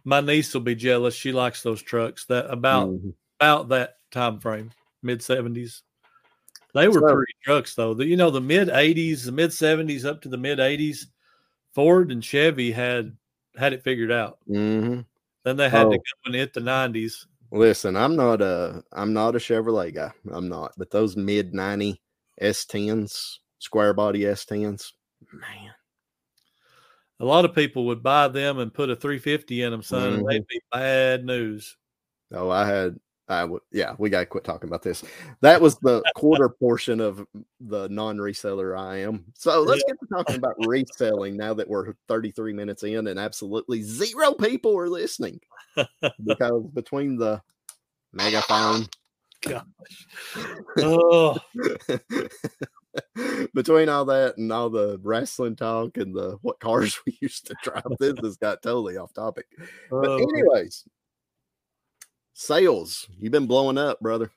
B: my niece will be jealous. She likes those trucks that about
A: Mhm.
B: about that time frame, mid seventies. They were
A: So-
B: pretty trucks though. The, you know, the mid eighties, the mid seventies up to the mid eighties, Ford and Chevy had had it figured out.
A: Mhm.
B: Then they had
A: Oh.
B: to go and hit the nineties.
A: Listen, I'm not a I'm not a Chevrolet guy. I'm not, but those mid 90 S10s, square body S10s, man.
B: A lot of people would buy them and put a 350 in them, son, and
A: Mm-hmm.
B: they'd be
A: *laughs*
B: bad news.
A: Oh, I had I would yeah, we gotta quit talking about this. That was the quarter portion of the non-reseller I am. So let's get to talking about reselling now that we're 33 minutes in and absolutely zero people are listening. because between the *laughs* megaphone
B: Oh,
A: between all that and all the wrestling talk and the what cars *laughs* we used to drive, this has got totally off topic. But
B: oh.
A: anyways, sales, you've been blowing up, brother.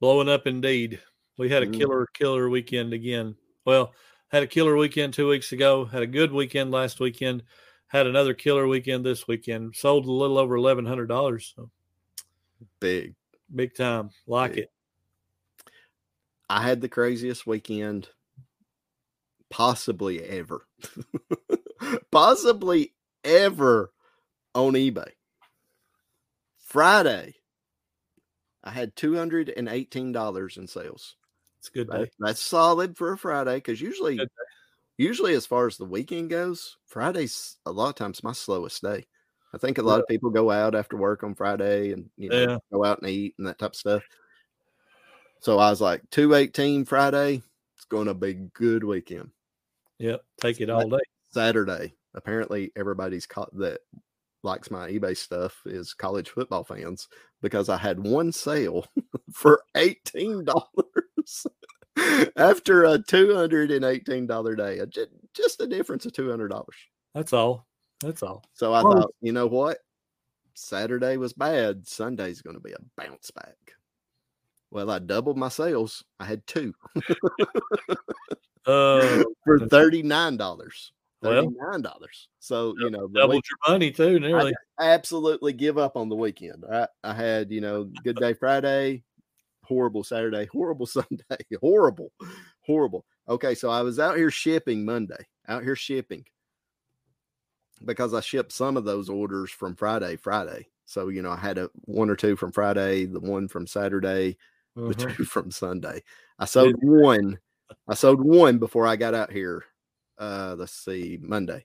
B: blowing up indeed. We had a
A: Mhm.
B: killer, killer weekend again. Well, had a killer weekend two weeks ago, had a good weekend last weekend, had another killer weekend this weekend, sold a little over $1,100. So
A: Big.
B: big time. Like
A: Yeah.
B: it.
A: I had the craziest weekend possibly ever. *laughs* possibly ever on eBay. Friday, I had $218 in sales.
B: It's a good
A: That-
B: day.
A: that's solid for a Friday because usually,
B: Good
A: usually as far as the weekend goes, Friday's a lot of times my slowest day. I think a lot of people go out after work on Friday and you know
B: Yeah.
A: go out and eat and that type of stuff. So I was like, two eighteen Friday, it's going to be good weekend.
B: Yep. Take it all day.
A: Saturday, apparently everybody's caught that likes my eBay stuff is college football fans because I had one sale *laughs* for eighteen dollars *laughs* after a two hundred and eighteen dollar day, A ju- just a difference of two hundred dollars.
B: That's all.
A: *laughs*
B: That's all.
A: So I
B: Oh.
A: thought, you know what? Saturday was bad. Sunday's going to be a bounce back. Well, I doubled my sales. I had two
B: Uh,
A: *laughs* for thirty nine dollars.
B: Well.
A: Thirty nine dollars. So you know, the
B: doubled your money too, nearly.
A: absolutely give up on the weekend. I, I had, you know, good day Friday, horrible *laughs* Saturday, horrible Sunday, horrible, horrible. Okay, so I was out here shipping Monday out here shipping because I shipped some of those orders from Friday, Friday. So, you know, I had a one or two from Friday, the one from Saturday, the
B: Mm-hmm.
A: *laughs* two from Sunday. I sold one. I sold one before I got out here. Uh, let's see, Monday.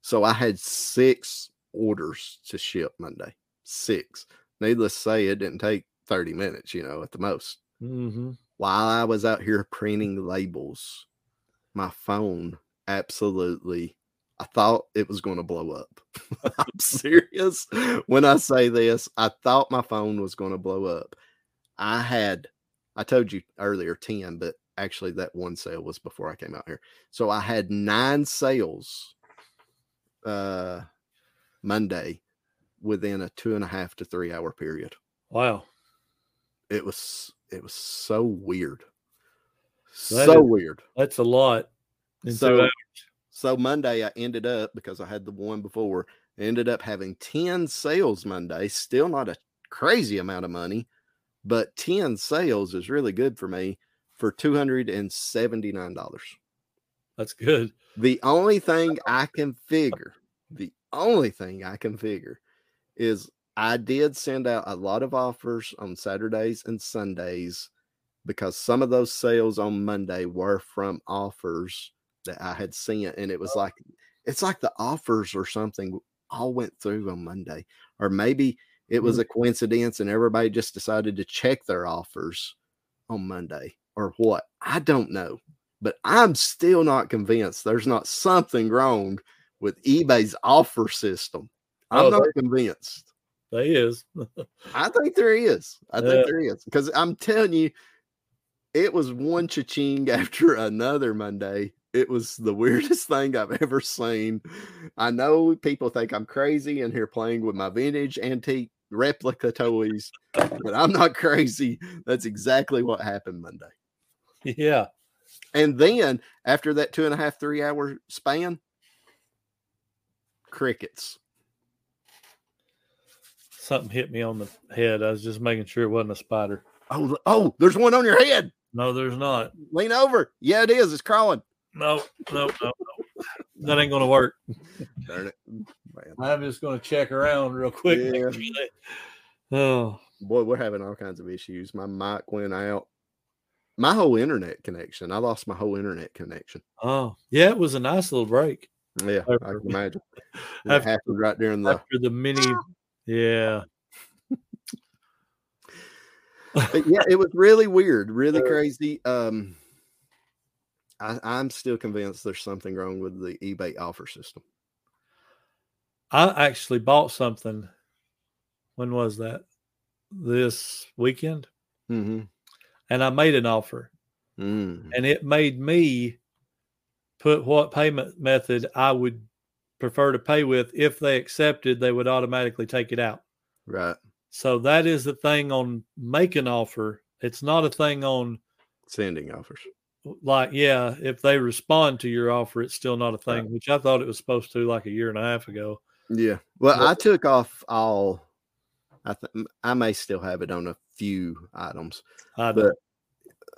A: So I had six orders to ship Monday. Six. Needless to say, it didn't take 30 minutes, you know, at the most.
B: Mm-hmm.
A: While I was out here printing labels, my phone absolutely I thought it was going to blow up. *laughs* I'm serious when I say this. I thought my phone was going to blow up. I had, I told you earlier, 10, but actually that one sale was before I came out here. So I had nine sales uh, Monday within a two and a half to three hour period.
B: Wow.
A: It was, it was so weird.
B: That
A: so
B: is-
A: weird.
B: That's a lot. And
A: So-
B: so,
A: So Monday, I ended up because I had the one before, ended up having 10 sales Monday. Still not a crazy amount of money, but 10 sales is really good for me for $279.
B: that's good.
A: The only thing I can figure, the only thing I can figure is I did send out a lot of offers on Saturdays and Sundays because some of those sales on Monday were from offers that I had sent. And it was like, it's like the offers or something all went through on Monday. Or maybe it was a coincidence and everybody just decided to check their offers on Monday or what. I don't know but I'm still not convinced there's not something wrong with eBay's offer system. I'm
B: Oh,
A: not convinced.
B: That is.
A: I think there is. I think
B: Yeah.
A: there is because I'm telling you, it was one cha-ching *laughs* after another Monday. It was the weirdest thing I've ever seen. I know people think I'm crazy and here playing with my vintage antique replica toys, but I'm not crazy. That's exactly what happened Monday.
B: yeah.
A: And then after that two and a half, three hour span, crickets.
B: Something hit me on the head. I was just making sure it wasn't a spider.
A: Oh, th- oh, there's one on your head.
B: No, there's not.
A: Lean over. Yeah, it is. It's crawling.
B: No, no, no, no. That ain't gonna work.
A: Darn it. Man.
B: I'm just gonna check around real quick.
A: Yeah.
B: make *laughs* sure that- Oh,
A: Boy, we're having all kinds of issues. My mic went out. My whole internet connection. I lost my whole internet connection.
B: oh, yeah. It was a nice little break
A: Yeah, I can imagine. It
B: After-
A: happened right during the
B: after the mini. Yeah.
A: but yeah, it was really weird, really
B: Sure.
A: crazy. Um, I, I'm still convinced there's something wrong with the eBay offer system.
B: I actually bought something. When was that? This weekend.
A: Mm-hmm.
B: And I made an offer.
A: Mm.
B: and it made me put what payment method I would prefer to pay with. If they accepted, they would automatically take it out.
A: Right.
B: So that is the thing on make an offer. It's not a thing on
A: sending offers.
B: like, yeah, if they respond to your offer, it's still not a thing, which I thought it was supposed to like a year and a half ago.
A: Yeah. Well,
B: Well-
A: I took off all. I th- I may still have it on a few items.
B: I
A: But-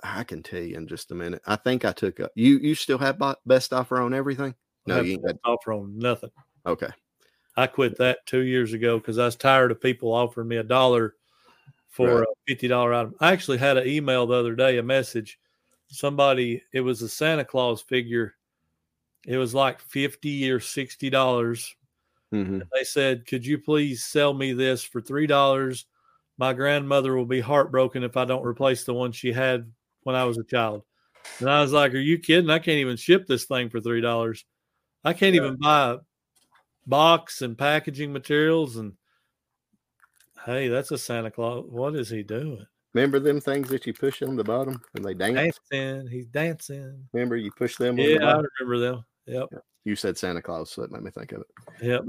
A: I can tell you in just a minute. I think I took up. You you still have bo- best offer on everything? No,
B: have
A: you ain't got.
B: offer on nothing.
A: Okay.
B: I quit that two years ago because I was tired of people offering me a dollar for
A: Right.
B: a fifty dollar item. I actually had an email the other day, a message. Somebody, it was a Santa Claus figure. It was like fifty or sixty dollars.
A: hmm
B: They said, "Could you please sell me this for three dollars? My grandmother will be heartbroken if I don't replace the one she had when I was a child." And I was like, "Are you kidding? I can't even ship this thing for three dollars. I can't even buy a box and packaging materials." And hey, that's a Santa Claus. What is he doing?
A: Remember them things that you push on the bottom and they dance.
B: Dancing. He's dancing.
A: Remember you push them. on the
B: Yeah, I
A: bottom?
B: remember them. Yep.
A: You said Santa Claus, so that made me think of it.
B: Yep.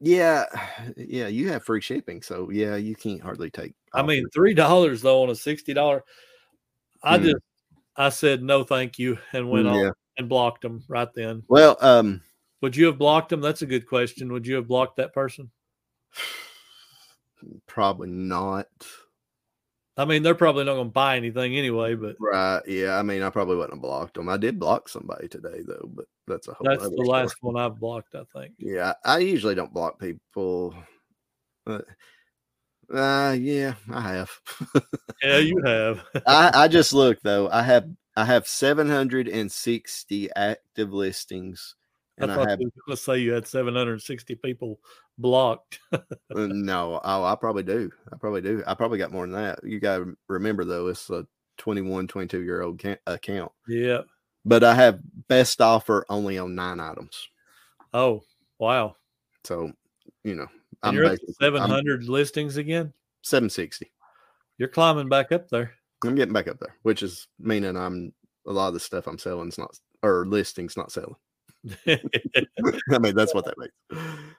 A: Yeah, *sighs* yeah. You have free shipping, so yeah, you can't hardly take.
B: I mean,
A: offers.
B: three dollars though on a sixty dollar. I
A: Hmm.
B: just I said no, thank you, and went on
A: Mm, Yeah.
B: and blocked them right then.
A: Well, um,
B: Would you have blocked them? That's a good question. Would you have blocked that person?
A: probably not.
B: I mean, they're probably not going to buy anything anyway, but
A: Right. uh, Yeah. I mean, I probably wouldn't have blocked them. I did block somebody today though, but that's a whole
B: that's
A: other
B: the last
A: story.
B: one I've blocked, I think.
A: Yeah. I usually don't block people. But, uh yeah, I have. *laughs*
B: Yeah, you have. *laughs*
A: I, I just look though. I have I have 760 active listings.
B: I
A: And I,
B: thought
A: have
B: you were going to say you had 760 people blocked.
A: uh, no, oh, I probably do. I probably do. I probably got more than that. You got to remember though, it's a 21, 22 year old ca- account.
B: yeah.
A: But I have best offer only on nine items.
B: Oh, wow.
A: So, you know,
B: And
A: I'm
B: you're up to
A: basically- I'm
B: 700 listings again.
A: 760.
B: You're climbing back up there. *laughs*
A: I'm getting back up there, which is meaning I'm a lot of the stuff I'm selling is not or listings not selling. *laughs* I mean, that's what that means.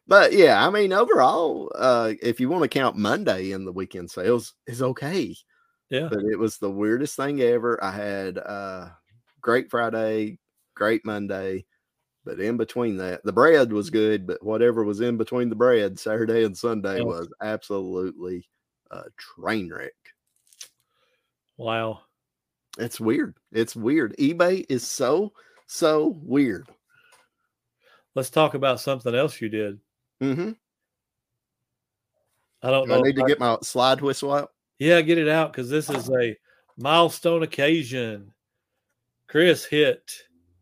A: But yeah, I mean, overall, uh, if you want to count Monday in the weekend sales, is okay.
B: Yeah.
A: But it was the weirdest thing ever. I had uh, great Friday, great Monday, but in between that, the bread
B: Mm-hmm.
A: was good. But whatever was in between the bread, Saturday and Sunday
B: Yeah.
A: was absolutely a train wreck.
B: wow.
A: It's weird. It's weird. eBay is so so weird.
B: Let's talk about something else you did.
A: hmm
B: I don't
A: I
B: know.
A: need
B: if
A: to get my slide whistle out.
B: Yeah, get it out because this is a milestone occasion. Chris hit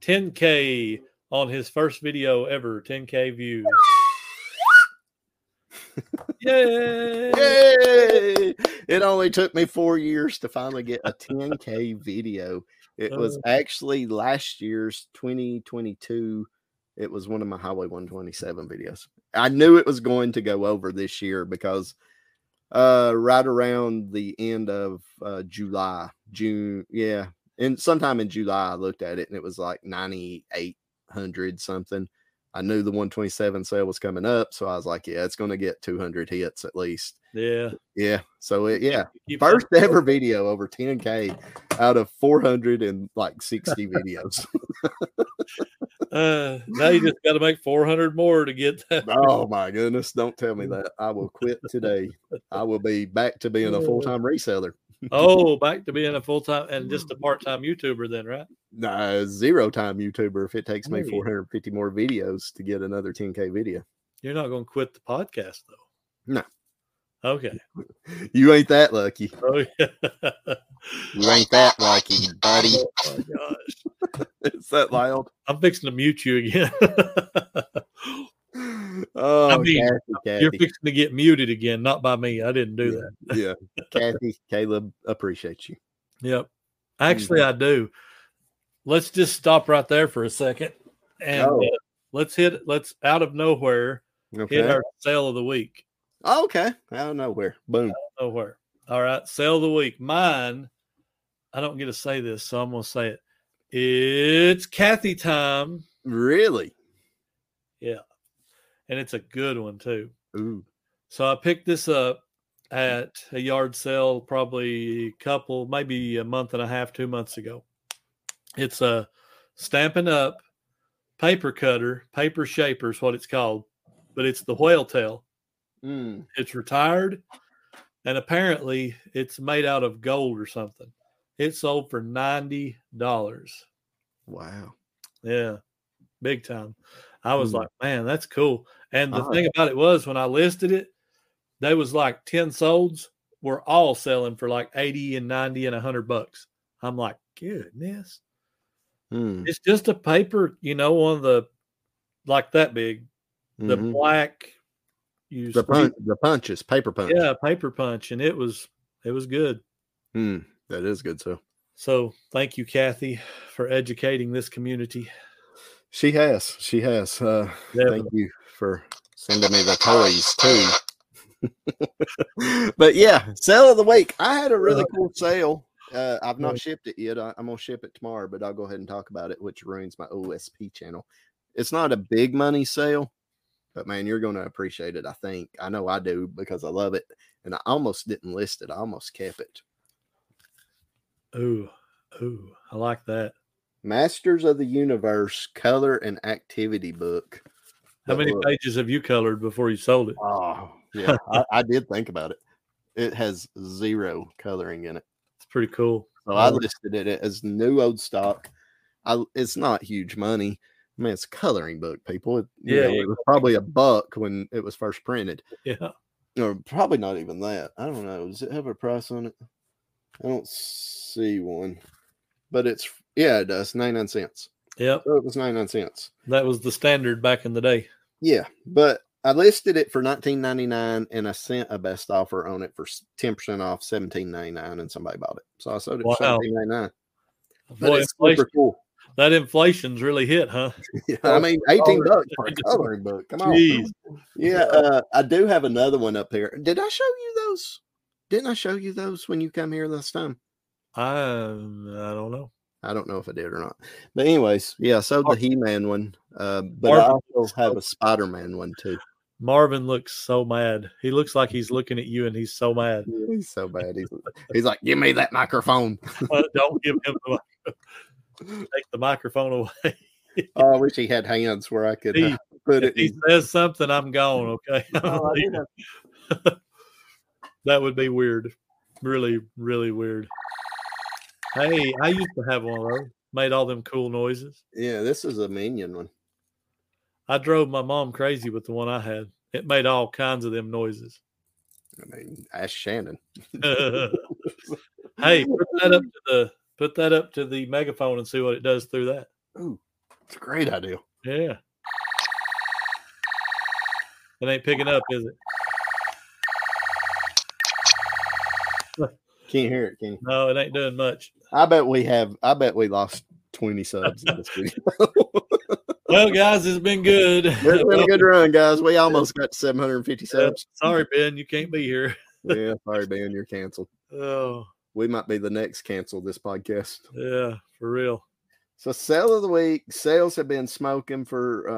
B: 10K on his first video ever, 10K views. Yay!
A: *laughs* Yay! It only took me four years to finally get a 10K video. It was
B: Uh.
A: actually last year's 2022. It was one of my Highway 127 videos. I knew it was going to go over this year because uh, right around the end of uh, July, June, yeah, and sometime in July, I looked at it and it was like 9,800 something. I knew the 127 sale was coming up, so I was like, yeah, it's going to get 200 hits at least.
B: Yeah.
A: Yeah. So it,
B: *laughs*
A: yeah,
B: Keep up.
A: first ever video over 10k out of 400 and like 60
B: *laughs*
A: videos.
B: Uh, now you just got to make 400 more to get
A: *laughs*
B: that.
A: oh my goodness! Don't tell me that. I will quit today. I will be back to being a full time reseller.
B: Oh, back to being a full time and just a part time YouTuber, then, right?
A: Nah, zero time YouTuber. If it takes me
B: Hey.
A: 450 more videos to get another 10k video,
B: You're not going to quit the podcast, though.
A: No.
B: Okay.
A: you ain't that lucky. *laughs*
B: Oh, yeah. *laughs*
A: You ain't that lucky, buddy.
B: oh, my gosh.
A: It's that loud.
B: I'm fixing to mute you again. *laughs*
A: Oh,
B: mean,
A: Kathy,
B: *laughs* You're
A: Kathy.
B: fixing to get muted again, not by me. I didn't do that.
A: yeah, Kathy, Caleb, appreciate you.
B: Yep.
A: Mm-hmm.
B: Actually, I do. Let's just stop right there for a second, and
A: Oh.
B: uh, let's hit. Let's out of nowhere hit
A: Okay.
B: our sale of the week.
A: Okay. Out of nowhere. Boom.
B: Nowhere. All right, sale of the week. Mine. I don't get to say this, so I'm gonna say it. It's Kathy time,
A: Really?
B: and it's a good one too.
A: Ooh.
B: So I picked this up at a yard sale probably a couple, maybe a month and a half, two months ago. It's a stamping up paper cutter, paper shaper is what it's called, but it's the whale tail.
A: Mm.
B: It's retired and apparently it's made out of gold or something. It sold for $90.
A: Wow.
B: Yeah, big time. I was
A: Hmm.
B: like, man, that's cool. And the
A: Uh-huh.
B: thing about it was when I listed it, they was like 10 solds were all selling for like 80 and 90 and 100 bucks. I'm like, goodness.
A: Mm.
B: It's just a paper, you know, one of the like that big, the
A: Mhm.
B: black you
A: The,
B: squeeze-
A: punch, the punches, paper punch.
B: Yeah, paper punch and it was it was good.
A: Mm. That is good. So
B: So, thank you Kathy for educating this community.
A: she has. She has. Uh, thank
B: Definitely.
A: you
B: *laughs*
A: for sending me the toys too. but yeah, sale of the week. I had a really cool sale. Uh, I've not
B: Yeah.
A: shipped it yet. I, I'm gonna ship it tomorrow, but I'll go ahead and talk about it, which ruins my OSP channel. It's not a big money sale, but man, you're gonna appreciate it. I think. I know I do because I love it, and I almost didn't list it. I almost kept it.
B: Ooh, ooh, I like that.
A: Masters of the Universe color and activity book.
B: How
A: But
B: many
A: look,
B: pages have you colored before you sold it? *laughs*
A: Oh, yeah, I, I did think about it. It has zero coloring in it.
B: It's pretty cool.
A: So I listed it as new old stock. I, it's not huge money. I mean, it's a coloring book, people. It, you
B: Yeah,
A: know,
B: yeah.
A: it was probably a buck when it was first printed,
B: Yeah.
A: or probably not even that. I don't know. Does it have a price on it? I don't see one, but it's yeah, it does ninety nine cents.
B: Yep.
A: So it was ninety nine cents.
B: That was the standard back in the day.
A: Yeah, but I listed it for nineteen ninety nine, and I sent a best offer on it for ten percent off seventeen ninety nine, and somebody bought it. So I sold it
B: Wow.
A: for seventeen ninety nine. But
B: Boy,
A: it's
B: inflation-
A: super cool. *laughs*
B: that inflation's really hit, huh?
A: Yeah, I mean, eighteen
B: Coloring.
A: bucks for a coloring book. Come on.
B: Jeez.
A: Yeah, uh, I do have another one up here. Did I show you those? Didn't I show you those when you come here last time?
B: I I don't know.
A: I don't know if I did or not. But anyways, yeah, I sold the
B: Mar-
A: He-Man one, uh, but I
B: Marvel
A: also have a Spider-Man one too.
B: Marvin looks so mad. He looks like he's looking at you and he's
A: *laughs*
B: so mad.
A: He's so bad.
B: *laughs*
A: He's, he's like, give me that microphone.
B: Uh, don't give him the microphone. Take the microphone away.
A: Oh, I wish he had hands where I could uh,
B: He-
A: put
B: If
A: it.
B: he
A: in-
B: says something,
A: *laughs*
B: I'm gone. Okay. *laughs*
A: Oh, I did have-
B: that would be weird. Really, really weird. Hey, I used to have one of those. Made all them cool noises.
A: yeah, this is a minion one.
B: I drove my mom crazy with the one I had. It made all kinds of them noises. *laughs*
A: I mean, ask Shannon.
B: hey, put that up to the put that up to the megaphone and see what it does through that.
A: Ooh, it's a great idea.
B: Yeah. It ain't picking up, is it?
A: Can't hear it, can you?
B: No, it ain't doing much.
A: I bet we have. I bet we lost twenty subs in this video.
B: Well, guys, it's been good. *laughs*
A: It's been a good run, guys. We almost got to 750
B: Uh,
A: subs.
B: sorry, Ben, you can't be here.
A: Yeah, sorry, man, you're canceled.
B: Oh,
A: We might be the next cancel this podcast.
B: yeah, for real.
A: So, sale of the week. Sales have been smoking for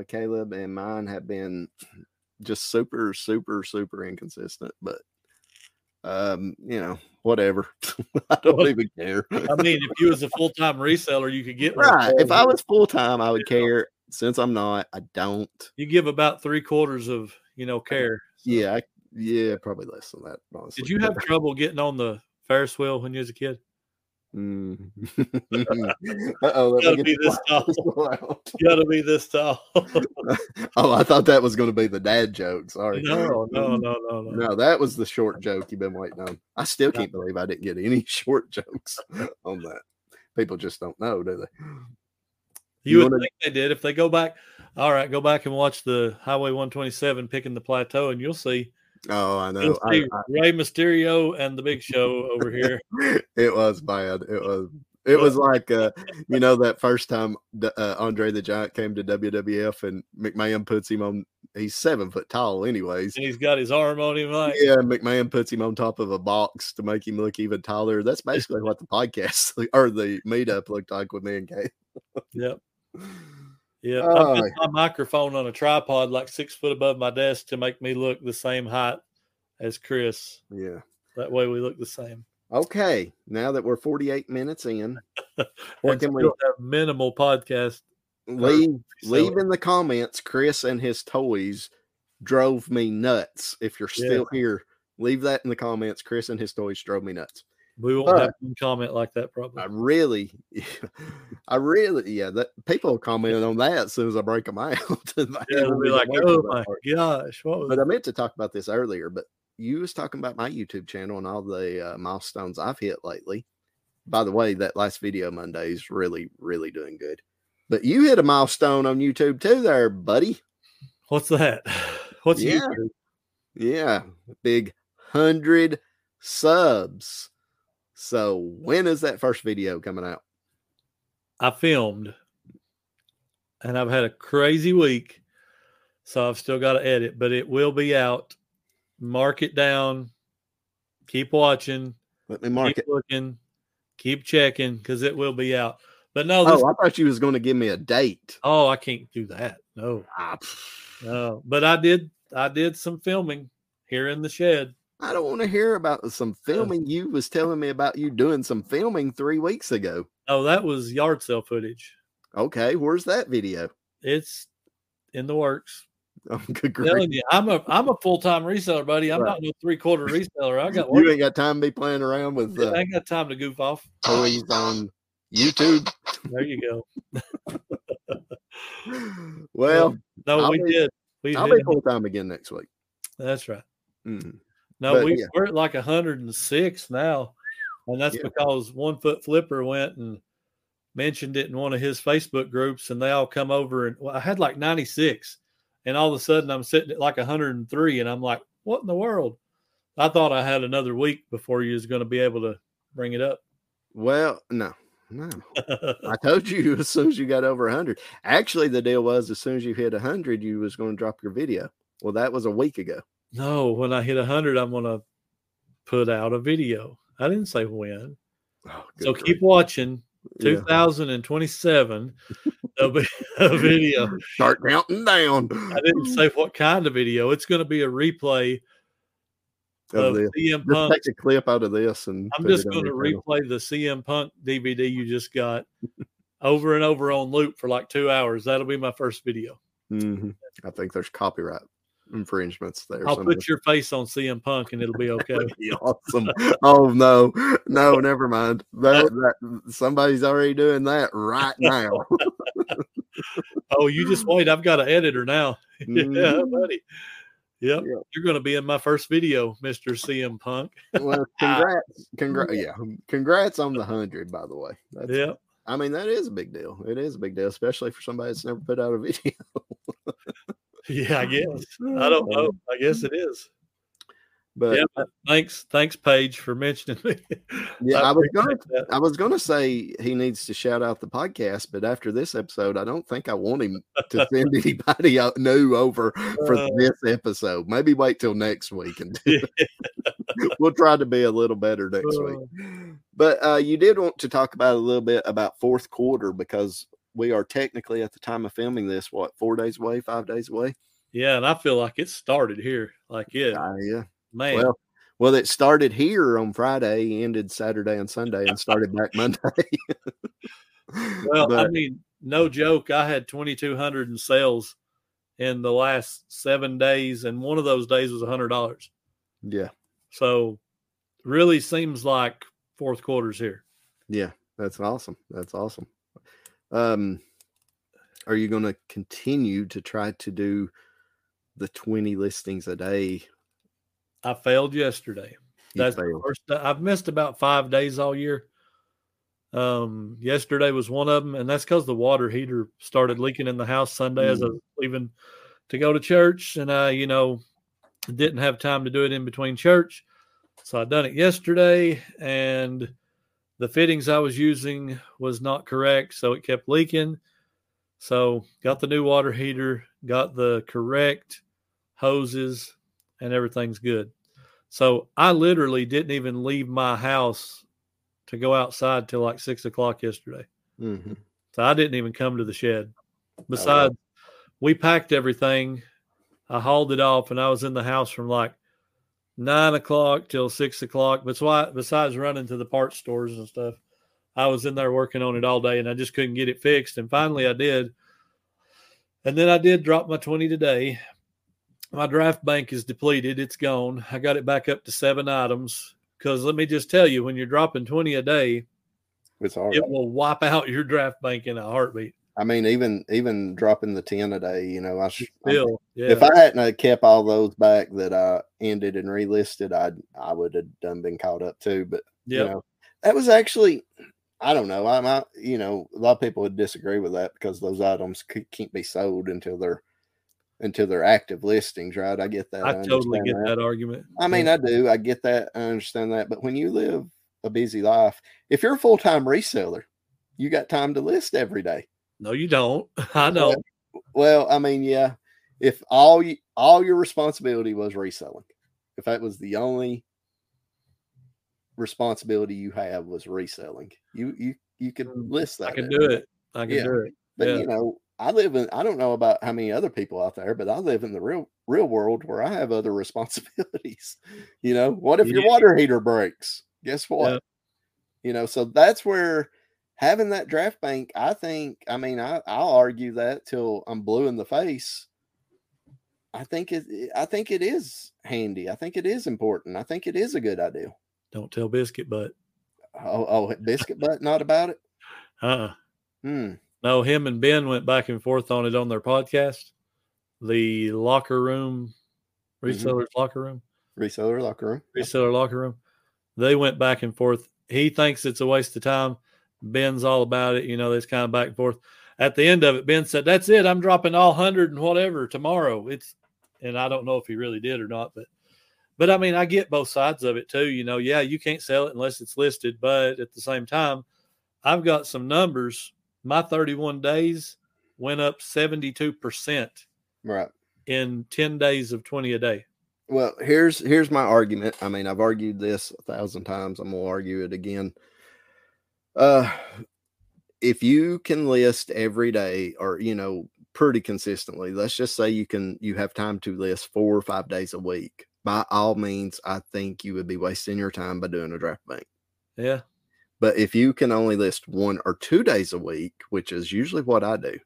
A: uh, Caleb, and mine have been just super, super, super inconsistent. But um, you know, whatever. *laughs* I don't even
B: *laughs*
A: care.
B: I mean, if you was a full time reseller, you could get one.
A: Right. If I was full time, I would care. Since I'm not, I don't.
B: you give about three quarters of you know care.
A: Yeah, I, yeah, probably less than that. Honestly.
B: Did you have trouble getting on the Ferris wheel when you was a kid?
A: *laughs*
B: *laughs*
A: Mm. Uh-oh, let
B: Gotta
A: me
B: be
A: get
B: this tall.
A: this loud.
B: *laughs* Gotta be this tall.
A: *laughs*
B: *laughs*
A: Oh, I thought that was going to be the dad joke. Sorry.
B: no, no, no, no, no.
A: Mm-hmm. No, that was the short joke you've been waiting on. I still can't believe I didn't get any *laughs* short jokes on that. People just don't know, do they? You
B: You, would
A: wanna-
B: think they did if they go back. All right, go back and watch the Highway 127 picking the plateau, and you'll see.
A: Oh, I know.
B: You'll
A: I-
B: see Ray Mysterio and the Big Show over here.
A: I- *laughs* it was bad. It was. It was like, uh, you know, that first time D- uh, Andre the Giant came to WWF and McMahon puts him on. He's seven foot tall, anyways.
B: and he's got his arm on
A: *laughs*
B: him like
A: Yeah, McMahon puts him on top of a box to make him look even taller. That's basically what the podcast *laughs* or the meetup looked like with me and Kate.
B: yep yep
A: Oh.
B: i've got my microphone on a tripod like six foot above my desk to make me look the same height as chris
A: Yeah.
B: that way we look the same
A: Okay. Now that we're 48 minutes
B: *laughs*
A: in,
B: and
A: can we-
B: still have minimal podcast
A: leave
B: so-
A: leave in the comments. Chris and his toys drove me nuts. If you're
B: Yeah.
A: still here, leave that in the comments. Chris and his toys drove me nuts.
B: we won't
A: But-
B: have one comment like that probably
A: I really, *laughs* I really, yeah. That people commented on that as soon as I break them out. *laughs*
B: yeah, it'll be like oh my gosh what was
A: but uh, I meant to talk about this earlier, but you was talking about my YouTube channel and all the uh, milestones I've hit lately. By the way, that last video Monday is really, really doing good. But you hit a milestone on YouTube too, there, buddy.
B: what's that *sighs* what's
A: Yeah.
B: YouTube?
A: Yeah, big hundred subs. So when is that first video coming out?
B: i filmed and i've had a crazy week so i've still got to edit but it will be out mark it down keep watching
A: Let me mark
B: keep
A: it.
B: looking, keep checking because it will be out. But no, this,
A: Oh,
B: oh,
A: I thought you was going to give me a date.
B: I can't do that. No,
A: Ah, pff,
B: no. But I did, I did some filming here in the shed.
A: I don't want to hear about some filming. You was telling me about you doing some filming three weeks ago.
B: Oh, that was yard sale footage.
A: Okay, where's that video?
B: It's in the works.
A: Oh, *laughs* good grief.
B: telling you, I'm a I'm a full time reseller, buddy. I'm not no three quarter reseller. I got
A: You
B: work.
A: ain't got time to be playing around with *gasps*
B: I
A: uh,
B: ain't got time to goof off.
A: toys on YouTube.
B: There you go.
A: Well,
B: No,
A: I'll
B: we
A: be-
B: did. We
A: I'll
B: did.
A: be full time again next week.
B: That's right.
A: Mhm.
B: No,
A: But,
B: we,
A: yeah.
B: we're at like 106 now. And that's
A: Yeah.
B: because one foot flipper went and mentioned it in one of his Facebook groups, and they all come over. And well, I had like 96, and all of a sudden I'm sitting at like 103, and I'm like, what in the world? I thought I had another week before you was going to be able to bring it up. *laughs*
A: Well, no, no.
B: Uh.
A: I told you *laughs* as soon as you got over 100. Actually, the deal was as soon as you hit 100, you was going to drop your video. Well, that was a week ago.
B: no, when I hit 100, I'm going to put out a video. I didn't say when.
A: Oh,
B: so
A: good
B: keep watching.
A: grief. Yeah.
B: 2027, there'll be *laughs* a video.
A: Start counting down.
B: I
A: *gasps*
B: didn't
A: Mm.
B: say what kind of video. It's going to be a replay
A: Of
B: of
A: this.
B: CM
A: Just
B: Punk.
A: take a clip out of this and
B: Uh, I'm
A: put
B: just
A: it on
B: going to
A: your channel.
B: replay the CM Punk DVD you
A: *laughs*
B: just got over and over on loop for like two hours. That'll be my first video.
A: Mhm. I think there's copyright infringements there.
B: I'll
A: somewhere.
B: put your face on CM Punk and it'll be
A: *laughs*
B: okay.
A: That'd be awesome. Oh no,
B: *laughs*
A: no, never mind. That, that somebody's already doing that right now.
B: oh, you just wait. I've got an editor now. *laughs*
A: *laughs*
B: *laughs* yeah,
A: Mhm.
B: buddy. Yep.
A: Yep.
B: You're going to be in my first video, Mr. CM Punk. *laughs*
A: Well,
B: Ah.
A: congrats, congrats, yeah, congrats on the hundred. By the way, That's-
B: Yep. *laughs*
A: I mean that is a big deal. It is a big deal, especially for somebody that's never put out a *laughs* video.
B: Yeah, I guess. I don't know. I guess it is.
A: But
B: yeah. Thanks. Thanks, Paige, for mentioning me. *laughs*
A: Yeah, I was gonna-
B: appreciate that.
A: I was gonna say he needs to shout out the podcast, but after this episode, I don't think I want him
B: *laughs*
A: to send anybody out new over for
B: Uh.
A: this episode. Maybe wait till next week and do it. *laughs* we'll try to be a little better next week. But uh, you did want to talk about a little bit about fourth quarter because we are technically at the time of filming this, what four days away, five days away?
B: Yeah, and I feel like it started here. Like, yeah,
A: Uh, yeah.
B: man.
A: Well, well, it started here on Friday, ended Saturday and Sunday, and started back Monday. *laughs*
B: Well, I
A: But-
B: mean, no joke. I had 2,200 in sales in the last seven days, and one of those days was $100.
A: yeah,
B: So, really seems like fourth quarter's here.
A: yeah, that's awesome. That's awesome. Um, are you going to continue to try to do the twenty listings a day?
B: I failed yesterday.
A: You
B: That's the
A: failed.
B: first. I've missed about five days all year. Um, yesterday was one of them, and that's because the water heater started leaking in the house Sunday as I was leaving to go to church, and I, you know, didn't have time to do it in between church, so I done it yesterday, and the fittings I was using was not correct, so it kept leaking. So got the new water heater, got the correct hoses, and everything's good. So I literally didn't even leave my house to go outside till like six o'clock yesterday.
A: Mhm.
B: So I didn't even come to the shed. Besides, we packed everything. I hauled it off and I was in the house from like nine o'clock till six o'clock. That's why, besides running to the parts stores and stuff, I was in there working on it all day and I just couldn't get it fixed. And finally I did. And then I did drop my 20 today. My draft bank is depleted. It's gone. I got it back up to seven items. Because let me just tell you, when you're dropping 20 a day,
A: It's hard.
B: it will wipe out your draft bank in a heartbeat.
A: I mean, even even dropping the ten a day, you know, I sh- I'm
B: Still, yeah.
A: If I hadn't have kept all those back that I ended and relisted, I I would have done been caught up too. But
B: Yep.
A: you know, that was actually I don't know. I might you know a lot of people would disagree with that because those items c- can't be sold until they're until they're active listings, right? I get that.
B: I totally
A: understand
B: get that argument.
A: I mean,
B: Yeah.
A: I do. I get that. I understand that. But when you live a busy life, if you're a full time reseller, you got time to list every day.
B: no, you don't. *laughs* I know.
A: Well, I mean, yeah. If all you, all your responsibility was reselling, if that was the only responsibility you have was reselling, you you you could
B: Mm,
A: list that.
B: I can
A: as-
B: do it. I can
A: Yeah.
B: do it.
A: but
B: yeah.
A: you know, I live in. I don't know about how many other people out there, but I live in the real real world where I have other *laughs* responsibilities. You know, what if your
B: Yeah.
A: water heater breaks? Guess what? You know, so that's where having that draft bank, I think, I mean, I, I'll argue that till I'm blue in the face. I think it. I think it is handy. I think it is important. I think it is a good idea.
B: Don't tell Biscuit Butt.
A: Oh, oh biscuit butt, not about it.
B: Uh-uh.
A: Hmm.
B: No, him and Ben went back and forth on it on their podcast, the locker room,
A: Mm-hmm.
B: resellers locker room,
A: Reseller locker room.
B: reseller locker room. They went back and forth. He thinks it's a waste of time. Ben's all about it. You know, it's kind of back and forth. At the end of it, Ben said, "That's it. I'm dropping all hundred and whatever tomorrow." It's, and I don't know if he really did or not, but, but I mean, I get both sides of it too. You know, yeah, you can't sell it unless it's listed, but at the same time, I've got some numbers. My 31 days went up 72 percent
A: Right.
B: in 10 days of 20 a day.
A: Well, here's here's my argument. I mean, I've argued this a thousand times. I'm gonna argue it again. Uh, if you can list every day, or you know, pretty consistently, let's just say you can you have time to list four or five days a week. By all means, I think you would be wasting your time by doing a draft bank.
B: Yeah.
A: But if you can only list one or two days a week, which is usually what I do,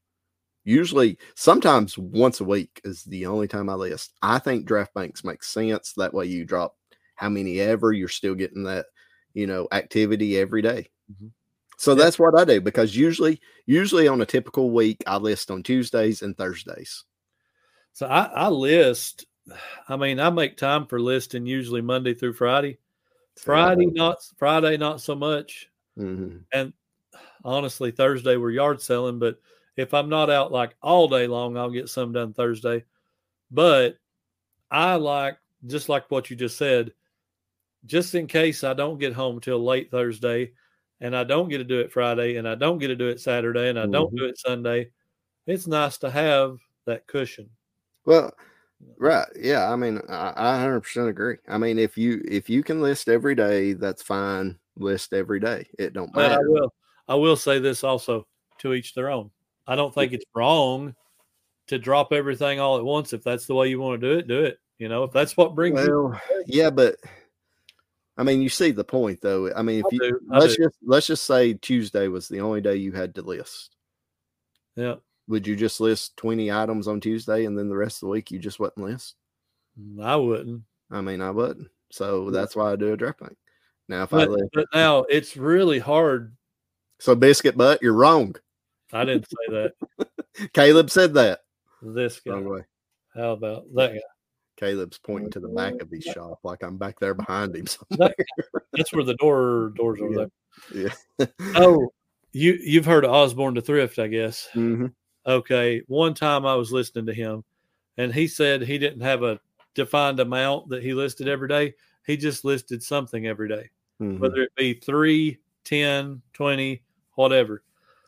A: usually sometimes once a week is the only time I list. I think draft banks make sense. That way you drop how many ever, you're still getting that, you know, activity every day.
B: Mhm.
A: So
B: Yeah.
A: that's what I do because usually, usually on a typical week, I list on Tuesdays and Thursdays.
B: So I, I list, I mean, I make time for listing usually Monday through Friday. Friday, not Friday, not so much.
A: Mhm.
B: Honestly, Thursday we're yard selling, but if I'm not out like all day long, I'll get some done Thursday. But I like just like what you just said, just in case I don't get home till late Thursday and I don't get to do it Friday and I don't get to do it Saturday and I don't do it Sunday, it's nice to have that cushion.
A: Well, right, yeah. I mean, I hundred percent agree. I mean, if you if you can list every day, that's fine. List every day. It don't
B: But I
A: matter.
B: will I will say this also to each their own. I don't think it's wrong to drop everything all at once. If that's the way you want to do it, do it. You know, if that's what brings you
A: Well, yeah, but I mean, you see the point, though. I mean, if
B: I
A: you
B: do, I
A: let's
B: do.
A: just let's just say Tuesday was the only day you had to list.
B: Yeah.
A: Would you just list twenty items on Tuesday, and then the rest of the week you just wouldn't list?
B: Mm, I wouldn't.
A: I mean, I wouldn't. So
B: Yeah.
A: that's why I do a draft bank. Now, if I
B: But,
A: list,
B: but now it's really hard.
A: so biscuit butt, you're wrong.
B: I didn't say that.
A: Caleb said that. *laughs*
B: This guy.
A: Wrong way.
B: How about that guy?
A: Caleb's pointing to the back of his shop, like I'm back there behind him. *laughs*
B: That's where the door doors are.
A: Yeah.
B: There.
A: mm-hmm.
B: Oh, you you've heard of Osborne to Thrift, I guess. okay one time i was listening to him and he said he didn't have a defined amount that he listed every day he just listed something every day,
A: Mm-hmm.
B: whether it be 3 10 20 whatever